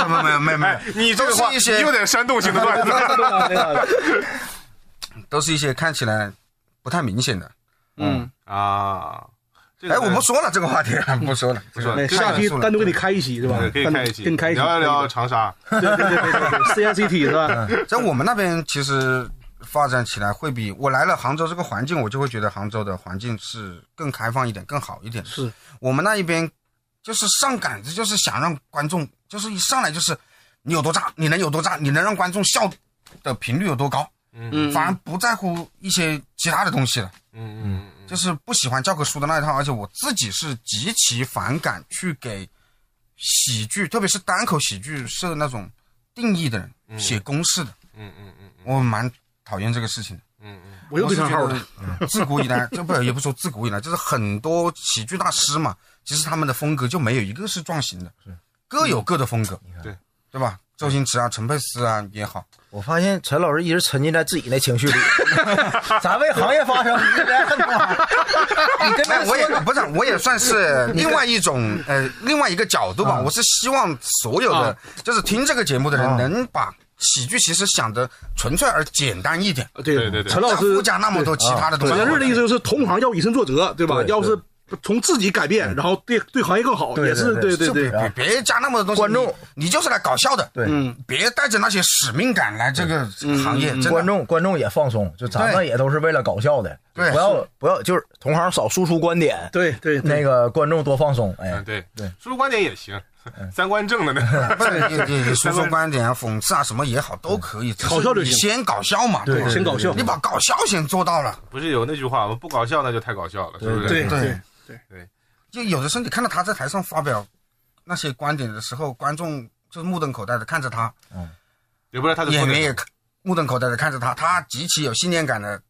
[SPEAKER 3] 没有没有没有没有
[SPEAKER 5] 哎，，你这个
[SPEAKER 3] 都
[SPEAKER 5] 话
[SPEAKER 3] 是一些
[SPEAKER 5] 有点煽动性的段
[SPEAKER 2] 对
[SPEAKER 5] 子。
[SPEAKER 2] 上了对上 了
[SPEAKER 3] 都是一些看起来不太明显的。
[SPEAKER 2] 嗯，
[SPEAKER 5] 啊，这个
[SPEAKER 3] 哎，我不说了这个话题，不说了，不
[SPEAKER 5] 说了
[SPEAKER 2] 那
[SPEAKER 5] 这个
[SPEAKER 2] 下期
[SPEAKER 3] 太严肃了
[SPEAKER 2] 单独给你开一期是吧
[SPEAKER 5] 对？可以
[SPEAKER 2] 单独
[SPEAKER 5] 开一期，
[SPEAKER 2] 给你啊开一期，
[SPEAKER 5] 聊一聊嗯长沙。
[SPEAKER 2] 对。对对对对对 C I C T 是吧？
[SPEAKER 3] 在我们那边其实发展起来会比我来了杭州这个环境，我就会觉得杭州的环境是更开放一点，更好一点。
[SPEAKER 2] 是
[SPEAKER 3] 我们那一边就是上杆子，就是想让观众，就是一上来就是你有多炸，你能有多炸，你能让观众笑的频率有多高，
[SPEAKER 2] 嗯，
[SPEAKER 3] 反而不在乎一些其他的东西了。
[SPEAKER 5] 嗯嗯嗯
[SPEAKER 3] 就是不喜欢教科书的那一套，而且我自己是极其反感去给喜剧，特别是单口喜剧设那种定义的人，写公式的，
[SPEAKER 5] 嗯嗯嗯
[SPEAKER 3] 我蛮讨厌这个事情的。
[SPEAKER 5] 嗯嗯
[SPEAKER 2] 我又对上号
[SPEAKER 3] 我是
[SPEAKER 2] 了。
[SPEAKER 3] 觉得自古以来，就不也不说自古以来，就是很多喜剧大师嘛，其实他们的风格就没有一个是撞型的，各有各的风格，
[SPEAKER 2] 嗯
[SPEAKER 5] 对
[SPEAKER 3] 对吧？周星驰啊，陈佩斯啊也好，
[SPEAKER 1] 我发现陈老师一直沉浸在自己那情绪里，咱为行业发声，你这边你这
[SPEAKER 3] 哎，
[SPEAKER 1] 边
[SPEAKER 3] 我也
[SPEAKER 1] 说
[SPEAKER 3] 不是，我也 算是另外一种呃，另外一个角度吧。我是希望所有
[SPEAKER 2] 啊
[SPEAKER 3] 的就是听这个节目的人，能把喜剧其实想的纯粹而简单一点，
[SPEAKER 2] 对
[SPEAKER 5] 对对对
[SPEAKER 2] 陈老
[SPEAKER 3] 不要
[SPEAKER 2] 师
[SPEAKER 3] 附加那么多其他的东西。
[SPEAKER 2] 马良日的意思就是同行要以身作则，对吧？
[SPEAKER 1] 对对
[SPEAKER 2] 要是从自己改
[SPEAKER 5] 嗯
[SPEAKER 2] 变，然后对对行业更好，
[SPEAKER 1] 对
[SPEAKER 2] 也是对
[SPEAKER 1] 对
[SPEAKER 2] 对
[SPEAKER 3] 就别
[SPEAKER 2] 对。
[SPEAKER 5] 啊
[SPEAKER 3] 别别加那么多东西。
[SPEAKER 1] 观众
[SPEAKER 3] 你，你就是来搞笑的，
[SPEAKER 1] 对，
[SPEAKER 2] 嗯
[SPEAKER 3] 别带着那些使命感来这个行业。真的
[SPEAKER 1] 观众观众也放松，就咱们
[SPEAKER 3] 对
[SPEAKER 1] 也都是为了搞笑的，
[SPEAKER 3] 对
[SPEAKER 1] 不要不要就是同行少输出观点，
[SPEAKER 2] 对对对
[SPEAKER 1] 那个观众多放松，哎
[SPEAKER 5] 嗯，，对对，输入观点也行， 三观正的呢。
[SPEAKER 3] 不是你你你说说观点啊，讽刺啊什么也好，都可以。只是
[SPEAKER 2] 搞笑就
[SPEAKER 3] 你
[SPEAKER 2] 行
[SPEAKER 3] 先搞笑嘛，对吧，
[SPEAKER 2] 先搞笑
[SPEAKER 3] 你把搞笑先做到了，
[SPEAKER 5] 不是有那句话吗？不搞笑那就太搞笑了，是不是？
[SPEAKER 2] 对
[SPEAKER 3] 对
[SPEAKER 2] 对，
[SPEAKER 3] 就有的时候你看到他在台上发表那些观点的时候，观众就是目瞪口呆的看着他，
[SPEAKER 5] 也不知道他在说
[SPEAKER 3] 演
[SPEAKER 5] 点什
[SPEAKER 3] 员也
[SPEAKER 5] 么。
[SPEAKER 3] 目瞪口呆的看着他，他极其有信念感的，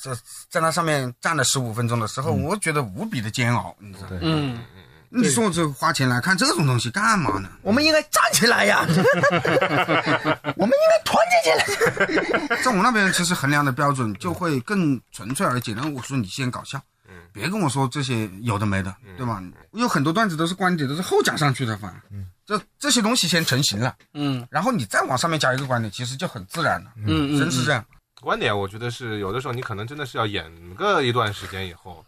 [SPEAKER 3] 这在那上面站了十五分钟的时候，我觉得无比的煎熬，你知道吗？
[SPEAKER 2] 嗯，
[SPEAKER 3] 你说我这花钱来看这种东西干嘛 呢？
[SPEAKER 1] 我们应该站起来呀！我们应该团结起来。
[SPEAKER 3] 在我那边，其实衡量的标准就会更纯粹而简单。我说你先搞笑，
[SPEAKER 2] 嗯
[SPEAKER 3] 别跟我说这些有的没的，对吧？有很多段子都是观点，都是后讲上去的，反正这这些东西先成型了，
[SPEAKER 2] 嗯
[SPEAKER 3] 然后你再往上面加一个观点，其实就很自然了。
[SPEAKER 2] 嗯嗯，
[SPEAKER 3] 真是这样，
[SPEAKER 5] 观点，我觉得是有的时候你可能真的是要演个一段时间以后，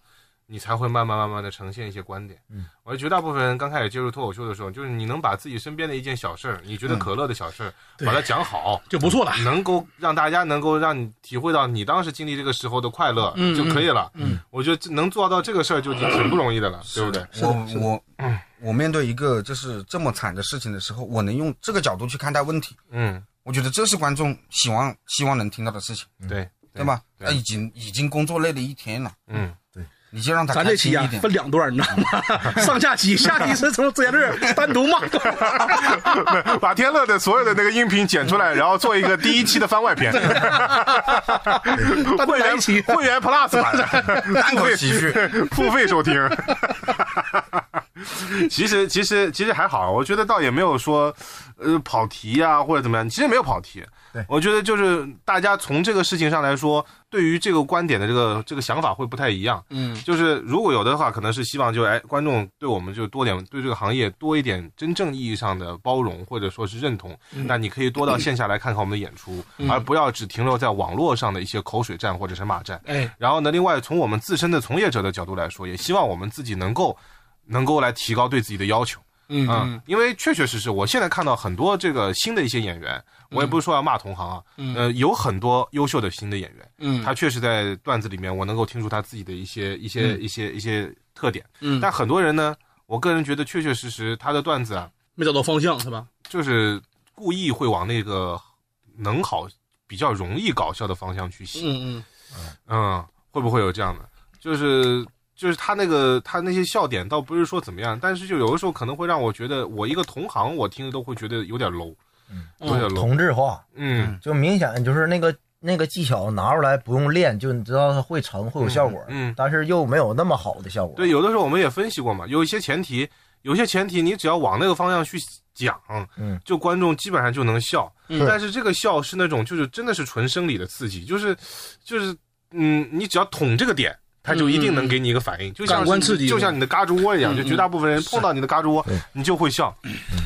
[SPEAKER 5] 你才会慢慢慢慢的呈现一些观点。嗯，我觉得绝大部分人刚开始接触脱口秀的时候，就是你能把自己身边的一件小事儿，你觉得可乐的小事儿，把它讲好。
[SPEAKER 2] 就不错了。
[SPEAKER 5] 能够让大家能够让你体会到你当时经历这个时候的快乐
[SPEAKER 2] 嗯
[SPEAKER 5] 就可以了。嗯，我觉得能做到这个事儿就已经挺不容易的了，对不对？
[SPEAKER 3] 我我
[SPEAKER 2] 嗯
[SPEAKER 3] 我面对一个就是这么惨的事情的时候，我能用这个角度去看待问题，
[SPEAKER 5] 嗯，
[SPEAKER 3] 我觉得这是观众希望希望能听到的事情，
[SPEAKER 2] 嗯
[SPEAKER 5] 对，
[SPEAKER 3] 对吧？啊
[SPEAKER 5] 对
[SPEAKER 3] 他已经已经工作累了一天了，
[SPEAKER 5] 嗯，
[SPEAKER 3] 你就让他
[SPEAKER 2] 咱这
[SPEAKER 3] 开心
[SPEAKER 2] 期啊
[SPEAKER 3] 一点。
[SPEAKER 2] 分两段，你知道吗？上下期，下期是从周杰伦 单独骂，
[SPEAKER 5] 把天乐的所有的那个音频剪出来，然后做一个第一期的番外篇，
[SPEAKER 2] 单独
[SPEAKER 5] 会
[SPEAKER 2] 来
[SPEAKER 5] 员
[SPEAKER 2] 一期。
[SPEAKER 5] 会员 Plus 版，
[SPEAKER 3] 单口喜剧，
[SPEAKER 5] 付费收听。 其实其实其实还好，我觉得倒也没有说，呃，跑题呀、或者怎么样，其实没有跑题。
[SPEAKER 1] 对
[SPEAKER 5] 我觉得就是大家从这个事情上来说，对于这个观点的这个这个想法会不太一样。
[SPEAKER 2] 嗯，
[SPEAKER 5] 就是如果有的话，可能是希望就哎，观众对我们就多点对这个行业多一点真正意义上的包容或者说是认同。那你可以多到线下来看看我们的演出，而不要只停留在网络上的一些口水战或者是骂战。
[SPEAKER 2] 哎，
[SPEAKER 5] 然后呢，另外从我们自身的从业者的角度来说，也希望我们自己能够能够来提高对自己的要求。
[SPEAKER 2] 嗯
[SPEAKER 5] 啊
[SPEAKER 2] 嗯，
[SPEAKER 5] 因为确确实实，我现在看到很多这个新的一些演员，我也不是说要骂同行啊，呃，有很多优秀的新的演员，
[SPEAKER 2] 嗯
[SPEAKER 5] 他确实在段子里面，我能够听出他自己的一些一些一些一些特点。
[SPEAKER 2] 嗯
[SPEAKER 5] 但很多人呢，我个人觉得确确实实他的段子啊，
[SPEAKER 2] 没找到方向是吧？
[SPEAKER 5] 就是故意会往那个能好、比较容易搞笑的方向去写。
[SPEAKER 2] 嗯嗯，
[SPEAKER 5] 嗯，会不会有这样的？就是就是他那个他那些笑点倒不是说怎么样，但是就有的时候可能会让我觉得，我一个同行我听着都会觉得有点 low，有点 low，
[SPEAKER 1] 同质化
[SPEAKER 5] 嗯
[SPEAKER 1] 就明显就是那个那个技巧拿出来不用练，就你知道它会成会有效果，
[SPEAKER 5] 嗯嗯
[SPEAKER 1] 但是又没有那么好的效果。
[SPEAKER 5] 对，有的时候我们也分析过嘛，有一些前提，有些前提你只要往那个方向去讲，
[SPEAKER 1] 嗯，
[SPEAKER 5] 就观众基本上就能笑，
[SPEAKER 2] 嗯
[SPEAKER 5] 但是这个笑是那种就是真的是纯生理的刺激，就是就是嗯，你只要捅这个点。他就一定能给你一个反应，就
[SPEAKER 2] 嗯
[SPEAKER 5] 像
[SPEAKER 2] 感官
[SPEAKER 5] 是
[SPEAKER 2] 刺激
[SPEAKER 5] 就像你的胳肢窝一样，
[SPEAKER 2] 嗯
[SPEAKER 5] 就绝大部分人碰到你的胳肢窝
[SPEAKER 1] 对，
[SPEAKER 5] 你就会笑。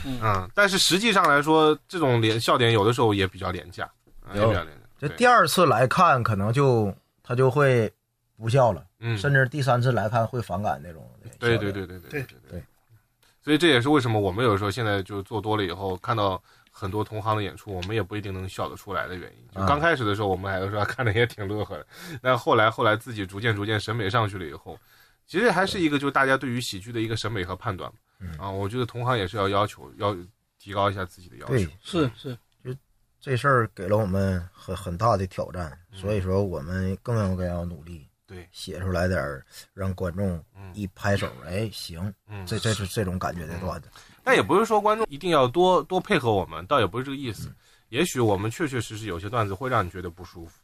[SPEAKER 5] 嗯，但是实际上来说，这种脸笑点有的时候也比较廉价，啊也
[SPEAKER 1] 有
[SPEAKER 5] 比较廉价。
[SPEAKER 1] 就
[SPEAKER 5] 对
[SPEAKER 1] 第二次来看，可能就他就会不笑了，
[SPEAKER 5] 嗯，
[SPEAKER 1] 甚至第三次来看会反感那种。
[SPEAKER 5] 对
[SPEAKER 1] 笑点
[SPEAKER 5] 对对对对
[SPEAKER 2] 对
[SPEAKER 5] 对
[SPEAKER 1] 对。
[SPEAKER 5] 所以这也是为什么我们有时候现在就做多了以后，看到很多同行的演出，我们也不一定能笑得出来的原因。就
[SPEAKER 1] 啊
[SPEAKER 5] 刚开始的时候，我们还有时候看着也挺乐呵的，但后来后来自己逐渐逐渐审美上去了以后，其实还是一个就是大家对于喜剧的一个审美和判断嘛啊，我觉得同行也是要要求要提高一下自己的要求
[SPEAKER 1] 对。
[SPEAKER 2] 是是，
[SPEAKER 1] 这事儿给了我们很很大的挑战，所以说我们更应该要努力，
[SPEAKER 5] 对
[SPEAKER 1] 写出来点儿让观众一拍手，哎，行，
[SPEAKER 5] 嗯
[SPEAKER 1] 这这是这种感觉的段子，
[SPEAKER 5] 但也不是说观众一定要多多配合我们，倒也不是这个意思。也许我们确确实实有些段子会让你觉得不舒服，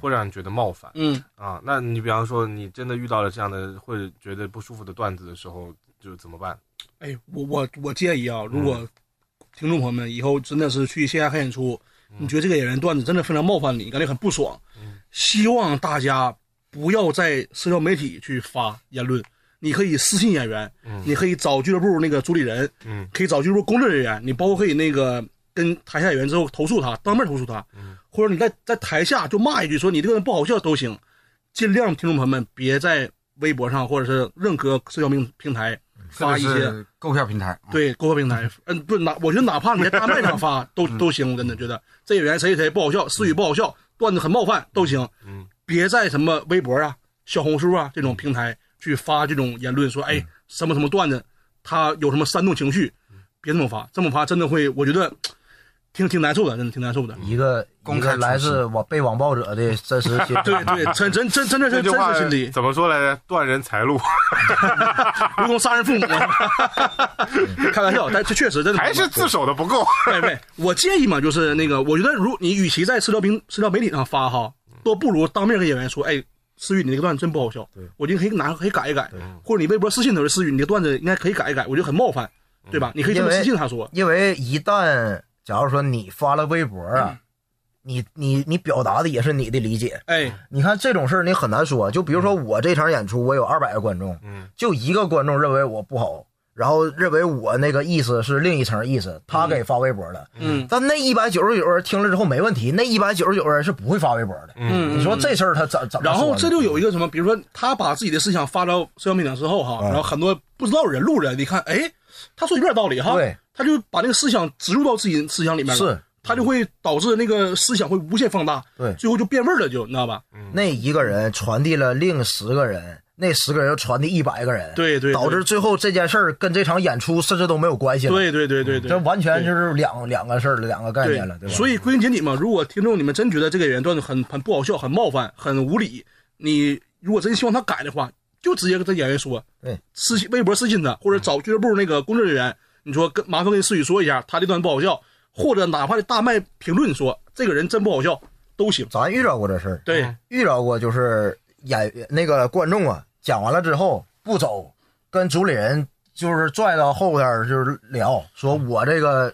[SPEAKER 5] 会让你觉得冒犯。
[SPEAKER 2] 嗯
[SPEAKER 5] 啊，那你比方说你真的遇到了这样的会觉得不舒服的段子的时候，就怎么办？
[SPEAKER 2] 哎，我我我建议啊，如果听众朋友们以后真的是去线下看演出，你觉得这个演员段子真的非常冒犯你，感觉很不爽，希望大家不要在社交媒体去发言论。你可以私信演员，你可以找俱乐部那个主理人，
[SPEAKER 5] 嗯
[SPEAKER 2] 可以找俱乐部工作人员，你包括可以那个跟台下演员之后投诉他，当面投诉他，或者你在在台下就骂一句说你这个人不好笑都行，尽量听众朋友们别在微博上或者是任何社交平平台
[SPEAKER 3] 特
[SPEAKER 2] 发
[SPEAKER 3] 别
[SPEAKER 2] 一些
[SPEAKER 3] 是购票平
[SPEAKER 5] 啊
[SPEAKER 3] 台，
[SPEAKER 2] 对，购票平台，嗯，不哪，我觉得哪怕你在大麦上发
[SPEAKER 5] 嗯
[SPEAKER 2] 都都行，我真的觉得这演员谁谁谁不好笑，思雨不好笑，段子很冒犯都行，
[SPEAKER 5] 嗯，
[SPEAKER 2] 别在什么微博啊、小红书啊这种平台去发这种言论，说哎
[SPEAKER 5] 嗯
[SPEAKER 2] 什么什么段子，他有什么煽动情绪，别这么发，这么发真的会，我觉得挺挺难受的，真的挺难受 的。
[SPEAKER 1] 一个
[SPEAKER 3] 公
[SPEAKER 1] 一
[SPEAKER 3] 开
[SPEAKER 1] 个
[SPEAKER 3] 处
[SPEAKER 1] 来
[SPEAKER 3] 刑
[SPEAKER 1] 自网被网暴者的真实心
[SPEAKER 2] 对对，真真真真的
[SPEAKER 5] 这
[SPEAKER 2] 是
[SPEAKER 5] 句
[SPEAKER 2] 真
[SPEAKER 5] 话
[SPEAKER 2] 实心理，
[SPEAKER 5] 怎么说来着？断人财路，
[SPEAKER 2] 如 同杀人父母。啊开玩笑，但这确实真的
[SPEAKER 5] 还是自首的不够。
[SPEAKER 2] 对对， 我建议嘛，就是那个，我觉得如你与其在社交平社交媒体上发哈，
[SPEAKER 1] 嗯
[SPEAKER 2] 都不如当面跟演员说，哎，思雨你那个段子真不好笑，我觉得可以拿可以改一改，或者你微博私信他说，思雨你那个段子应该可以改一改，我觉得很冒犯，对
[SPEAKER 1] 嗯
[SPEAKER 2] 吧？你可以这么私信他说，
[SPEAKER 1] 因为一旦假如说你发了微博啊，你你你表达的也是你的理解。
[SPEAKER 2] 哎，
[SPEAKER 1] 你看这种事儿你很难说，就比如说
[SPEAKER 2] 嗯
[SPEAKER 1] 我这场演出，我有二百个观众，
[SPEAKER 5] 嗯，
[SPEAKER 1] 就一个观众认为我不好，然后认为我那个意思是另一层意思，他给发微博了。
[SPEAKER 2] 嗯
[SPEAKER 1] 但那一百九十九人听了之后没问题，那一百九十九人是不会发微博的。
[SPEAKER 2] 嗯，
[SPEAKER 1] 你说这事儿他怎怎么
[SPEAKER 2] 然
[SPEAKER 1] 说呢？
[SPEAKER 2] 后这就有一个什么，比如说他把自己的思想发到社交媒体上之后哈，
[SPEAKER 1] 嗯
[SPEAKER 2] 然后很多不知道人路人，你看，哎，他说有点道理哈，
[SPEAKER 1] 对，
[SPEAKER 2] 他就把那个思想植入到自己思想里面了，
[SPEAKER 1] 是，
[SPEAKER 2] 他就会导致那个思想会无限放大，
[SPEAKER 1] 对嗯
[SPEAKER 2] 最后就变味儿了就，你知道吧？
[SPEAKER 1] 那一个人传递了另十个人，那十个人又传递一百个人，
[SPEAKER 2] 对对对
[SPEAKER 1] 导致最后这件事儿跟这场演出甚至都没有关系了。，
[SPEAKER 2] 对对对对对，
[SPEAKER 1] 这完全就是两两个事儿了，两个概念了，对吧？
[SPEAKER 2] 所以归根结底嘛，如果听众你们真觉得这个演员段子很很不好笑、很冒犯、很无理，你如果真希望他改的话，就直接跟这演员说，
[SPEAKER 1] 对，
[SPEAKER 2] 私信微博私信他，或者找俱乐部那个工作人员，你说跟麻烦跟思雨说一下，他这段不好笑，或者哪怕大麦评论说这个人真不好笑都行。
[SPEAKER 1] 咱遇到过这事儿，
[SPEAKER 2] 对，
[SPEAKER 1] 遇到过就是演那个观众啊，讲完了之后不走，跟主理人就是拽到后边儿就是聊，说
[SPEAKER 2] 嗯
[SPEAKER 1] 我这个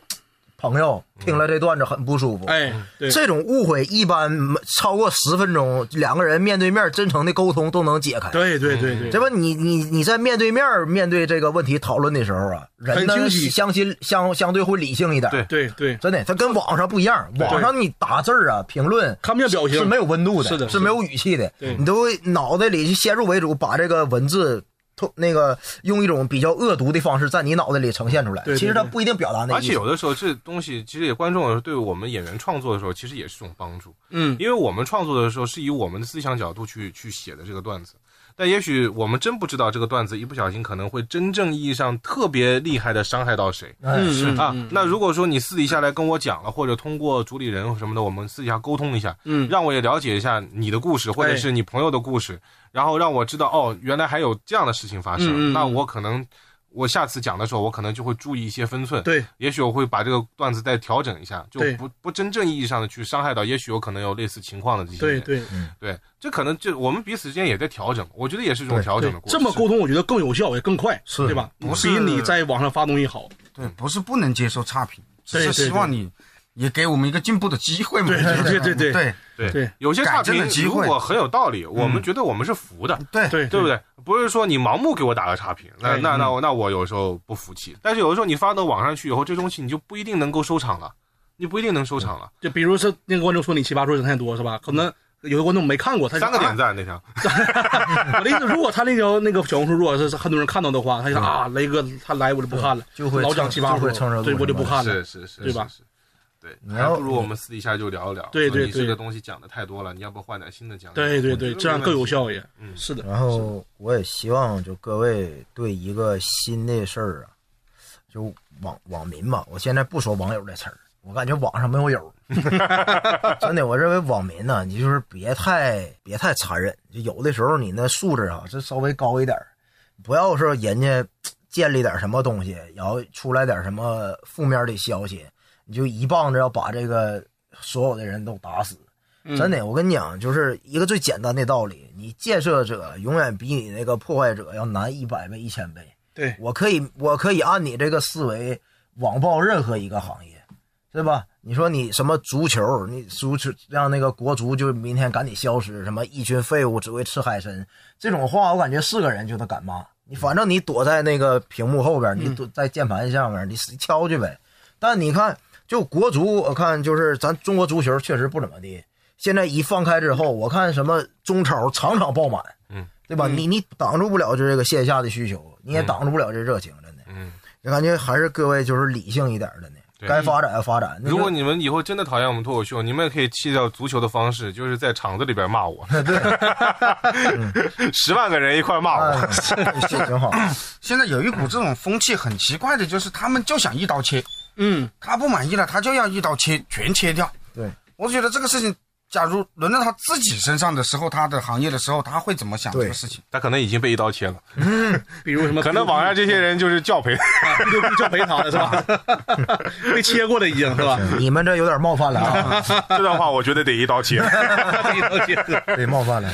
[SPEAKER 1] 朋友听了这段子很不舒服，
[SPEAKER 2] 哎，对，
[SPEAKER 1] 嗯这种误会一般没超过十分钟，两个人面对面真诚的沟通都能解开。
[SPEAKER 2] 对对对对
[SPEAKER 1] 嗯这不，你你你在面对面面对这个问题讨论的时候啊，人
[SPEAKER 2] 很
[SPEAKER 1] 呢
[SPEAKER 2] 清晰
[SPEAKER 1] 相亲相相对会理性一点。
[SPEAKER 5] 对
[SPEAKER 2] 对对，
[SPEAKER 1] 真的，它跟网上不一样。网上你打字儿啊，评论
[SPEAKER 2] 看不见表情
[SPEAKER 1] 是没有温度
[SPEAKER 2] 是的
[SPEAKER 1] 是没有语气的
[SPEAKER 2] 对。
[SPEAKER 1] 你都会脑袋里先入为主，把这个文字通那个用一种比较恶毒的方式在你脑袋里呈现出来
[SPEAKER 2] 对。对
[SPEAKER 1] 其实它
[SPEAKER 2] 对
[SPEAKER 1] 不一定表达那
[SPEAKER 5] 而
[SPEAKER 1] 意
[SPEAKER 5] 且
[SPEAKER 1] 思。
[SPEAKER 5] 有的时候这东西，其实也观众有时候对我们演员创作的时候，其实也是一种帮助。
[SPEAKER 2] 嗯，
[SPEAKER 5] 因为我们创作的时候是以我们的思想角度去去写的这个段子，但也许我们真不知道这个段子一不小心可能会真正意义上特别厉害的伤害到谁。
[SPEAKER 1] 嗯，
[SPEAKER 2] 是
[SPEAKER 5] 啊，那如果说你私底下来跟我讲了，或者通过主理人什么的，我们私底下沟通一下，
[SPEAKER 2] 嗯
[SPEAKER 5] 让我也了解一下你的故事，或者是你朋友的故事，然后让我知道哦，原来还有这样的事情
[SPEAKER 2] 嗯
[SPEAKER 5] 发
[SPEAKER 2] 嗯
[SPEAKER 5] 生。
[SPEAKER 2] 嗯
[SPEAKER 5] 那我可能，我下次讲的时候，我可能就会注意一些分寸。
[SPEAKER 2] 对，
[SPEAKER 5] 也许我会把这个段子再调整一下，就
[SPEAKER 2] 对
[SPEAKER 5] 不不真正意义上的去伤害到，也许有可能有类似情况的这些
[SPEAKER 2] 对
[SPEAKER 5] 人
[SPEAKER 2] 对。
[SPEAKER 5] 对，这可能这我们彼此之间也在调整，我觉得也是一种调整
[SPEAKER 2] 对
[SPEAKER 5] 的过程。
[SPEAKER 2] 这么沟通，我觉得更有效，也更快，
[SPEAKER 1] 是
[SPEAKER 2] 对吧？
[SPEAKER 3] 不是
[SPEAKER 2] 比你在网上发东西好。
[SPEAKER 3] 对，不是不能接受差评，只
[SPEAKER 2] 对
[SPEAKER 3] 是
[SPEAKER 2] 对
[SPEAKER 3] 希望你也给我们一个进步的机会嘛。
[SPEAKER 2] 对
[SPEAKER 3] 就
[SPEAKER 2] 对
[SPEAKER 3] 是
[SPEAKER 2] 对对
[SPEAKER 3] 对
[SPEAKER 5] 对
[SPEAKER 2] 对
[SPEAKER 5] 有些差
[SPEAKER 3] 改正
[SPEAKER 5] 评
[SPEAKER 3] 的机
[SPEAKER 5] 如
[SPEAKER 3] 会
[SPEAKER 5] 果很有道
[SPEAKER 2] 嗯
[SPEAKER 5] 理，我们觉得我们是服的，
[SPEAKER 3] 对
[SPEAKER 2] 对
[SPEAKER 5] 哎对不对？不是说你盲目给我打个差评，那
[SPEAKER 2] 对嗯
[SPEAKER 5] 那那我那我有时候不服气。但是有的时候你发到网上去以后，这东西你就不一定能够收场了，你不一定能收场了。
[SPEAKER 2] 就比如说那个观众说你奇葩说人太多是吧？可能有的观众没看过，他就
[SPEAKER 5] 三个点
[SPEAKER 2] 啊
[SPEAKER 5] 赞那条，
[SPEAKER 2] 我的意思，如果他那条那个小红书，如果是很多人看到的话，他
[SPEAKER 5] 嗯
[SPEAKER 2] 就说啊，雷哥他来我就不看了，
[SPEAKER 1] 就会
[SPEAKER 2] 老讲奇葩
[SPEAKER 1] 就会蹭热
[SPEAKER 2] 说，
[SPEAKER 1] 度
[SPEAKER 2] 对我就不看了
[SPEAKER 5] 是。是是，
[SPEAKER 2] 对吧
[SPEAKER 5] 是？是对，
[SPEAKER 1] 你
[SPEAKER 5] 还
[SPEAKER 1] 要
[SPEAKER 5] 不如我们私底下就聊一聊。
[SPEAKER 2] 对
[SPEAKER 5] 说
[SPEAKER 2] 对
[SPEAKER 5] 你
[SPEAKER 2] 对
[SPEAKER 5] 这个东西讲的太多了，你要不换点新的讲？
[SPEAKER 2] 对对对，
[SPEAKER 5] 我觉得
[SPEAKER 2] 这样
[SPEAKER 5] 没
[SPEAKER 2] 更有
[SPEAKER 5] 问题。
[SPEAKER 2] 效也
[SPEAKER 5] 嗯
[SPEAKER 2] 是的，
[SPEAKER 1] 然后我也希望就各位对一个新的事儿啊，就网网民嘛，我现在不说网友这词儿，我感觉网上没有 友儿。真的，我认为网民呢、你就是别太别太残忍，就有的时候你那素质啊，这稍微高一点儿，不要说人家建立点什么东西，然后出来点什么负面的消息，你就一棒子要把这个所有的人都打死。真的，我跟你讲，就是一个最简单的道理，你建设者永远比你那个破坏者要难一百倍、一千倍。
[SPEAKER 2] 对
[SPEAKER 1] 我可以，我可以按你这个思维网暴任何一个行业，对吧？你说你什么足球，你足球让那个国足就明天赶紧消失，什么一群废物只会吃海参，这种话我感觉是个人就能敢骂。你反正你躲在那个屏幕后边，你躲在键盘下面，你死敲去呗。但你看，就国足，我看就是咱中国足球确实不怎么地。现在一放开之后，我看什么中超场场爆满，
[SPEAKER 5] 嗯，
[SPEAKER 1] 对吧？你你挡住不了这个线下的需求，你也挡住不了这热情，真的。
[SPEAKER 5] 嗯，
[SPEAKER 1] 就感觉还是各位就是理性一点的呢，
[SPEAKER 5] 对
[SPEAKER 1] 该发展发展。那
[SPEAKER 5] 如
[SPEAKER 1] 个
[SPEAKER 5] 果你们以后真的讨厌我们脱口秀，你们也可以弃掉足球的方式，就是在场子里边骂 我，十万个人一块骂我。
[SPEAKER 2] 嗯
[SPEAKER 1] 哎，这挺好。
[SPEAKER 3] 现在有一股这种风气很奇怪的，就是他们就想一刀切，
[SPEAKER 2] 嗯，
[SPEAKER 3] 他不满意了，他就要一刀切全切掉。
[SPEAKER 1] 对，
[SPEAKER 3] 我觉得这个事情，假如轮到他自己身上的时候，他的行业的时候，他会怎么想
[SPEAKER 1] 对
[SPEAKER 3] 这个事情？
[SPEAKER 5] 他可能已经被一刀切了，
[SPEAKER 2] 比如什么，
[SPEAKER 5] 可能网上这些人就是教培。
[SPEAKER 2] 六必教培堂的是吧？ 被切过的已经是 吧？
[SPEAKER 1] 你们这有点冒犯了 啊，
[SPEAKER 5] 这段话我觉得得一刀切。
[SPEAKER 2] 一刀切的
[SPEAKER 1] 对，冒犯了。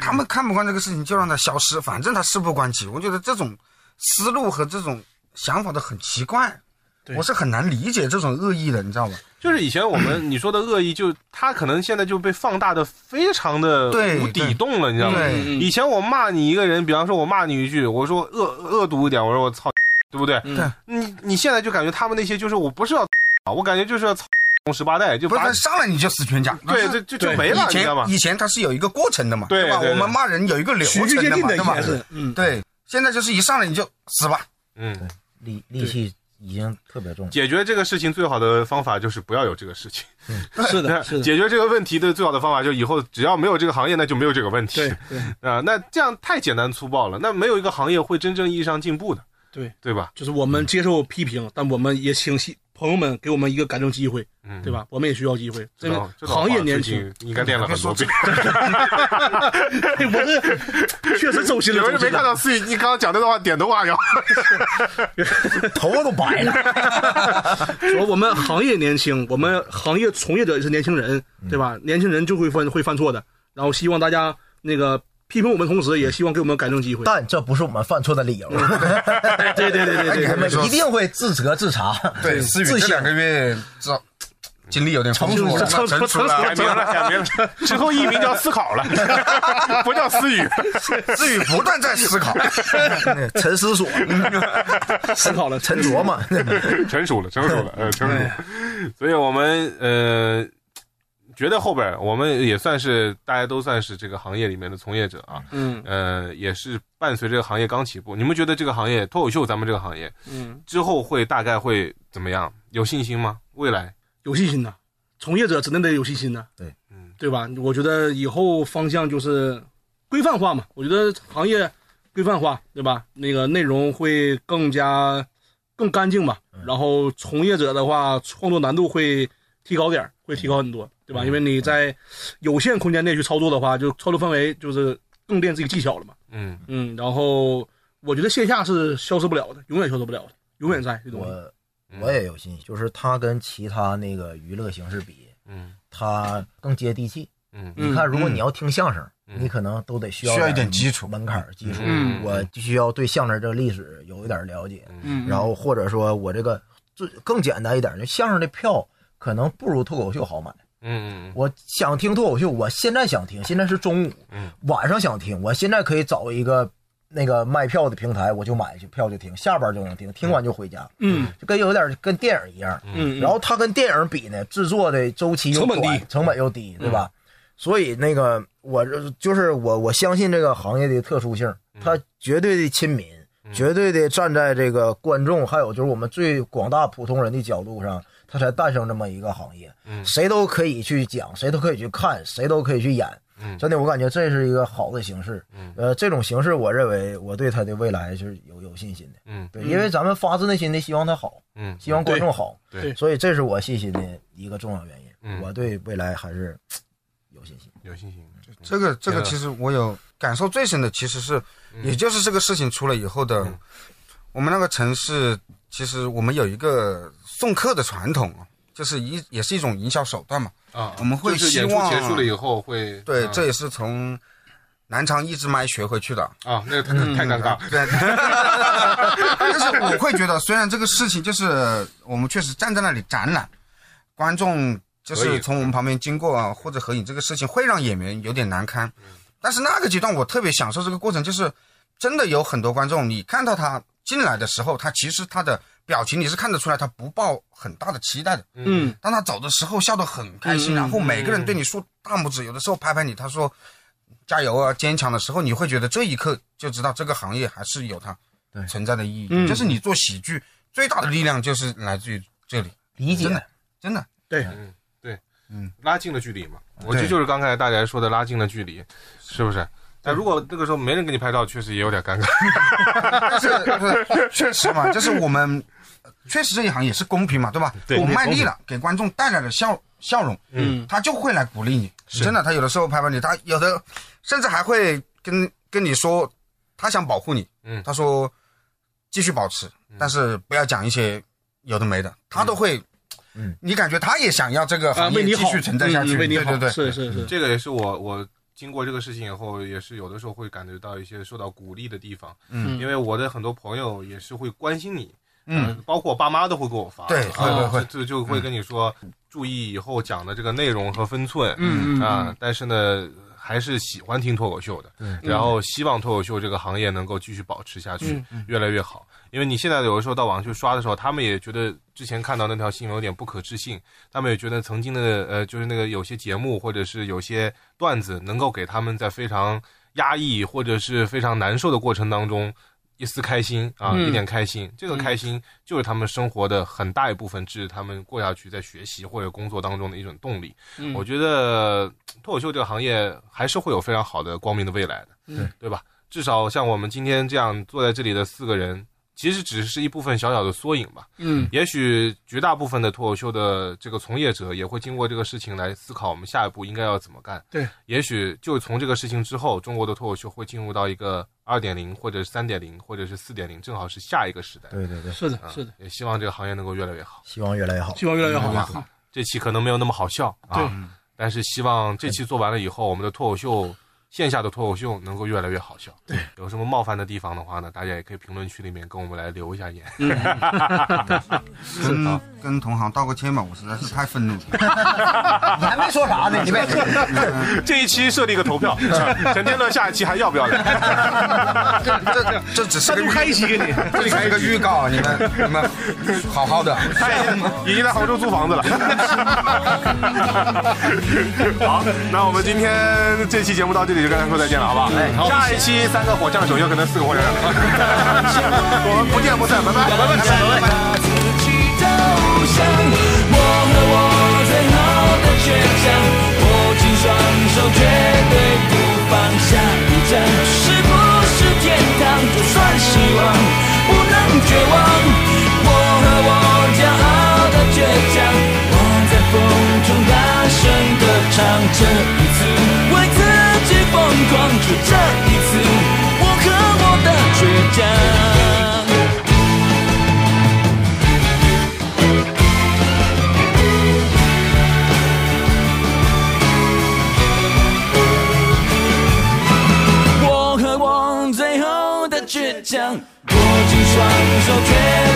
[SPEAKER 3] 他们看不惯这个事情，就让他消失，反正他事不关己。我觉得这种思路和这种想法都很奇怪，
[SPEAKER 2] 对
[SPEAKER 3] 我是很难理解这种恶意的，你知道吧？
[SPEAKER 5] 就是以前我们你说的恶意，就他可能现在就被放大的非常的
[SPEAKER 3] 对
[SPEAKER 5] 无底洞了，你知道吗？
[SPEAKER 3] 对
[SPEAKER 2] 嗯
[SPEAKER 5] 以前我骂你一个人，比方说我骂你一句，我说恶恶毒一点，我说我操，对不对？
[SPEAKER 2] 嗯
[SPEAKER 5] 你你现在就感觉他们那些就是我不是要啊，我感觉就是要操从十八代就
[SPEAKER 3] 不
[SPEAKER 5] 把
[SPEAKER 3] 是上来你就死全家，
[SPEAKER 5] 对
[SPEAKER 3] 那
[SPEAKER 5] 这
[SPEAKER 3] 是
[SPEAKER 5] 就就
[SPEAKER 2] 对
[SPEAKER 5] 没了，
[SPEAKER 3] 以
[SPEAKER 5] 你知道吗
[SPEAKER 3] 前？以前它是有一个过程的嘛，
[SPEAKER 5] 对
[SPEAKER 3] 吧？
[SPEAKER 5] 对对
[SPEAKER 3] 我们骂人有一个流
[SPEAKER 2] 循序
[SPEAKER 3] 程
[SPEAKER 2] 渐进
[SPEAKER 3] 嘛，
[SPEAKER 2] 的
[SPEAKER 3] 对
[SPEAKER 2] 应
[SPEAKER 3] 吧
[SPEAKER 2] 该？是， 嗯，
[SPEAKER 3] 对，现在就是一上来你就死吧，
[SPEAKER 5] 嗯，
[SPEAKER 1] 戾戾气已经特别重，
[SPEAKER 5] 解决这个事情最好的方法就是不要有这个事情。
[SPEAKER 2] 是的，是的，
[SPEAKER 5] 解决这个问题的最好的方法就是以后只要没有这个行业，那就没有这个问题。
[SPEAKER 2] 对对
[SPEAKER 5] 啊、那这样太简单粗暴了，那没有一个行业会真正意义上进步的，
[SPEAKER 2] 对，
[SPEAKER 5] 对吧？
[SPEAKER 2] 就是我们接受批评，但我们也请希朋友们给我们一个改正机会，
[SPEAKER 5] 嗯，
[SPEAKER 2] 对吧？我们也需要机会，这
[SPEAKER 5] 这种？这
[SPEAKER 2] 个
[SPEAKER 5] 种
[SPEAKER 2] 行业
[SPEAKER 5] 话
[SPEAKER 2] 年
[SPEAKER 5] 最
[SPEAKER 2] 轻
[SPEAKER 5] 近，应该练了很多 遍。
[SPEAKER 2] 嘿我 这确实走心
[SPEAKER 5] 你
[SPEAKER 2] 了，
[SPEAKER 5] 们
[SPEAKER 2] 走
[SPEAKER 5] 是没
[SPEAKER 2] 心了。
[SPEAKER 5] 看到思雨，你刚刚讲那段话点头哈腰。
[SPEAKER 1] 头发都白 了。
[SPEAKER 2] 说我们行业年轻，我们行业从业者也是年轻人，
[SPEAKER 5] 嗯
[SPEAKER 2] 对吧？年轻人就会犯会犯错的，然后希望大家那个批评我们，同时也希望给我们改正机会。
[SPEAKER 1] 但这不是我们犯错的理 由，
[SPEAKER 2] 对对对对
[SPEAKER 1] 我
[SPEAKER 2] 对
[SPEAKER 5] 哎
[SPEAKER 2] 对
[SPEAKER 1] 哎们一定会自责自嗯查。
[SPEAKER 3] 对，思雨这两个月这经历有点丰富，
[SPEAKER 2] 成熟了
[SPEAKER 3] 成熟了
[SPEAKER 5] 改。名 了，改名了，之后艺名叫思考了， 不叫思雨。
[SPEAKER 3] 思雨不断在思 考，
[SPEAKER 1] 沉思索，
[SPEAKER 2] 思考了，
[SPEAKER 1] 沉琢磨。
[SPEAKER 5] 成熟了，成熟了，呃，成熟了。所以我们呃，觉得后边儿我们也算是大家都算是这个行业里面的从业者啊，
[SPEAKER 2] 嗯
[SPEAKER 5] 呃，也是伴随这个行业刚起步。你们觉得这个行业脱口秀，咱们这个行业
[SPEAKER 2] 嗯，
[SPEAKER 5] 之后会大概会怎么样？有信心吗？未来？
[SPEAKER 2] 有信心的，从业者真的得有信心的，
[SPEAKER 1] 对，
[SPEAKER 5] 嗯，
[SPEAKER 2] 对吧？我觉得以后方向就是规范化嘛，我觉得行业规范化，对吧？那个内容会更加更干净吧，
[SPEAKER 1] 嗯
[SPEAKER 2] 然后从业者的话，创作难度会提高点儿，会提高很多，对
[SPEAKER 1] 嗯
[SPEAKER 2] 吧？因为你在有限空间内去操作的话，就操作氛围就是更练自己技巧了嘛，
[SPEAKER 5] 嗯，
[SPEAKER 2] 嗯，然后我觉得线下是消失不了的，永远消失不了的，永远在这东西。
[SPEAKER 1] 我我也有信心，就是它跟其他那个娱乐形式比，
[SPEAKER 5] 嗯
[SPEAKER 1] 它更接地气。
[SPEAKER 5] 嗯
[SPEAKER 2] 嗯
[SPEAKER 1] 你看，如果你要听相声，
[SPEAKER 5] 嗯
[SPEAKER 1] 你可能都得需
[SPEAKER 3] 需要
[SPEAKER 1] 要
[SPEAKER 3] 一点基础
[SPEAKER 1] 门槛儿基础。
[SPEAKER 5] 嗯
[SPEAKER 1] 我必须要对相声这个历史有一点了解，
[SPEAKER 2] 嗯，
[SPEAKER 1] 然后或者说我这个最更简单一点，就相声的票可能不如脱口秀好买。
[SPEAKER 5] 嗯
[SPEAKER 1] 我想听脱口秀，我现在想听，现在是中午，
[SPEAKER 5] 嗯
[SPEAKER 1] 晚上想听，我现在可以找一个那个卖票的平台，我就买去票就听，下班就能听，听完就回家，
[SPEAKER 2] 嗯
[SPEAKER 1] 就跟有点跟电影一样。
[SPEAKER 2] 嗯，
[SPEAKER 1] 然后它跟电影比呢，制作的周期又
[SPEAKER 2] 成本低
[SPEAKER 1] 短成本又低，对
[SPEAKER 5] 嗯
[SPEAKER 1] 吧？所以那个我就就是我我相信这个行业的特殊性，
[SPEAKER 5] 嗯
[SPEAKER 1] 它绝对的亲民，绝对的站在这个观众还有就是我们最广大普通人的角度上，它才诞生这么一个行业。
[SPEAKER 5] 嗯
[SPEAKER 1] 谁都可以去讲，谁都可以去看，谁都可以去演。
[SPEAKER 5] 嗯
[SPEAKER 1] 真的，我感觉这是一个好的形式。
[SPEAKER 5] 嗯
[SPEAKER 1] 呃，这种形式，我认为我对它的未来是有有信心的。
[SPEAKER 5] 嗯
[SPEAKER 1] 对，因为咱们发自内心的希望它好。
[SPEAKER 5] 嗯
[SPEAKER 1] 希望观众好，
[SPEAKER 5] 对对
[SPEAKER 1] 所以这是我信心的一个重要原因。
[SPEAKER 5] 嗯
[SPEAKER 1] 我对未来还是嘖有信心。
[SPEAKER 5] 有信心。嗯
[SPEAKER 3] 这个这
[SPEAKER 5] 对啊嗯
[SPEAKER 3] 个
[SPEAKER 5] 的
[SPEAKER 3] 其实我有感受最深的，其实是，也就是这个事情出了以后的，
[SPEAKER 5] 嗯
[SPEAKER 3] 我们那个城市其实我们有一个送客的传统啊，就是一也是一种营销手段嘛。
[SPEAKER 5] 啊，
[SPEAKER 3] 我们会
[SPEAKER 5] 就是演
[SPEAKER 3] 希
[SPEAKER 5] 出
[SPEAKER 3] 望
[SPEAKER 5] 结束了以后会
[SPEAKER 3] 对，
[SPEAKER 5] 啊
[SPEAKER 3] 这也是从南昌一支麦学回去的。
[SPEAKER 5] 啊，那个太
[SPEAKER 3] 嗯
[SPEAKER 5] 太尴尬，
[SPEAKER 3] 对，但是我会觉得，虽然这个事情就是我们确实站在那里展览，观众就
[SPEAKER 5] 合
[SPEAKER 3] 是
[SPEAKER 5] 影
[SPEAKER 3] 从我们旁边经过啊或者合影，这个事情会让演员有点难堪。但是那个阶段我特别享受这个过程，就是真的有很多观众，你看到他进来的时候，他其实他的表情你是看得出来，他不抱很大的期待的。
[SPEAKER 2] 嗯
[SPEAKER 3] 当他走的时候笑得很开心，
[SPEAKER 2] 嗯
[SPEAKER 3] 然后每个人对你竖大拇指，有的时候拍拍你，他说加油啊，坚强的时候，你会觉得这一刻就知道这个行业还是有它
[SPEAKER 1] 对
[SPEAKER 3] 存在的意义。
[SPEAKER 2] 嗯
[SPEAKER 3] 就是你做喜剧最大的力量就是来自于这里，
[SPEAKER 1] 理解
[SPEAKER 3] 真的真的。
[SPEAKER 2] 对，
[SPEAKER 5] 嗯
[SPEAKER 3] 嗯
[SPEAKER 5] 拉近了距离嘛。我觉得就是刚才大家说的拉近了距离，是不是？但如果那个时候没
[SPEAKER 3] 呃
[SPEAKER 5] 人给你拍照，确实也有点尴尬。
[SPEAKER 3] 但是确实嘛，就是我们呃确实这一行也是公平嘛，对吧？
[SPEAKER 5] 对
[SPEAKER 3] 我卖力了，给观众带来了笑笑容，
[SPEAKER 2] 嗯
[SPEAKER 3] 他就会来鼓励你。真的，他有的时候拍拍你，他有的甚至还会跟跟你说，他想保护你。
[SPEAKER 5] 嗯
[SPEAKER 3] 他说继续保持，
[SPEAKER 2] 嗯
[SPEAKER 3] 但是不要讲一些有的没的，他都会。
[SPEAKER 1] 嗯，
[SPEAKER 3] 你感觉他也想要这个
[SPEAKER 2] 啊，
[SPEAKER 3] 行
[SPEAKER 2] 为
[SPEAKER 3] 业
[SPEAKER 2] 你
[SPEAKER 3] 继
[SPEAKER 2] 好，
[SPEAKER 3] 续存在下去，
[SPEAKER 2] 嗯为你好，
[SPEAKER 3] 对对
[SPEAKER 2] 是
[SPEAKER 3] 对，
[SPEAKER 2] 是是，
[SPEAKER 5] 这个也是我我经过这个事情以后，也是有的时候会感觉到一些受到鼓励的地方。
[SPEAKER 2] 嗯
[SPEAKER 5] 因为我的很多朋友也是会关心你，
[SPEAKER 3] 嗯
[SPEAKER 5] 呃，包括我爸妈都会给我发，
[SPEAKER 3] 对
[SPEAKER 5] 啊
[SPEAKER 3] 会嗯会会
[SPEAKER 5] 就就就会跟你说、注意以后讲的这个内容和分寸，
[SPEAKER 2] 嗯嗯
[SPEAKER 5] 啊，但是呢。还是喜欢听脱口秀的，然后希望脱口秀这个行业能够继续保持下去，
[SPEAKER 3] 嗯
[SPEAKER 5] 越来越好。因为你现在有的时候到网上去刷的时候，他们也觉得之前看到那条新闻有点不可置信，他们也觉得曾经的呃，就是那个有些节目或者是有些段子，能够给他们在非常压抑或者是非常难受的过程当中一丝开心啊，
[SPEAKER 2] 嗯
[SPEAKER 5] 一点开心。这个开心就是他们生活的很大一部分，支持他们过下去在学习或者工作当中的一种动力。
[SPEAKER 2] 嗯
[SPEAKER 5] 我觉得脱口秀这个行业还是会有非常好的光明的未来的，
[SPEAKER 2] 嗯
[SPEAKER 5] 对吧？至少像我们今天这样坐在这里的四个人，其实只是一部分小小的缩影吧。
[SPEAKER 2] 嗯
[SPEAKER 5] 也许绝大部分的脱口秀的这个从业者也会经过这个事情来思考我们下一步应该要怎么干。
[SPEAKER 2] 对，
[SPEAKER 5] 也许就从这个事情之后，中国的脱口秀会进入到一个二点零，或者是三点零，或者是四点零，正好是下一个时代。
[SPEAKER 1] 对对对，
[SPEAKER 2] 是的
[SPEAKER 5] 啊
[SPEAKER 2] 是的，，
[SPEAKER 5] 也希望这个行业能够越来越好。
[SPEAKER 1] 希望越来越好。
[SPEAKER 2] 希望越来越好吧。
[SPEAKER 5] 这期可能没有那么好笑
[SPEAKER 2] 对
[SPEAKER 5] 啊，但是希望这期做完了以后，我们的脱口秀。线下的脱口秀能够越来越好笑。对，有什么冒犯的地方的话呢，大家也可以评论区里面跟我们来留一下言。
[SPEAKER 3] 跟跟同行道个歉吧，我实在是太愤怒了。
[SPEAKER 1] 你还没说啥呢，你别
[SPEAKER 5] 这一期设立一个投票，陈天乐下一期还要不要来？
[SPEAKER 3] 这这这只是
[SPEAKER 2] 单
[SPEAKER 3] 个
[SPEAKER 2] 独开一
[SPEAKER 3] 预，
[SPEAKER 2] 期给你，
[SPEAKER 3] 这只是个预告，你们你们好好的。
[SPEAKER 5] 他已经已经在杭州租房子了。 好，那我们今天这期节目到这里就跟大家说再见了，好不好？下一期三个火枪手，有可能四个火枪手。我们不见不散，拜拜，拜拜。
[SPEAKER 4] 把自己的偶像，我和我最好的倔强，握紧双手绝对不放下。一站是不是天堂？就算希望不能绝望，我和我骄傲的倔强，我在风中大声歌唱，这一次为自己疯狂，就这一次，我和我的倔强。我和我最后的倔强，握紧双手，绝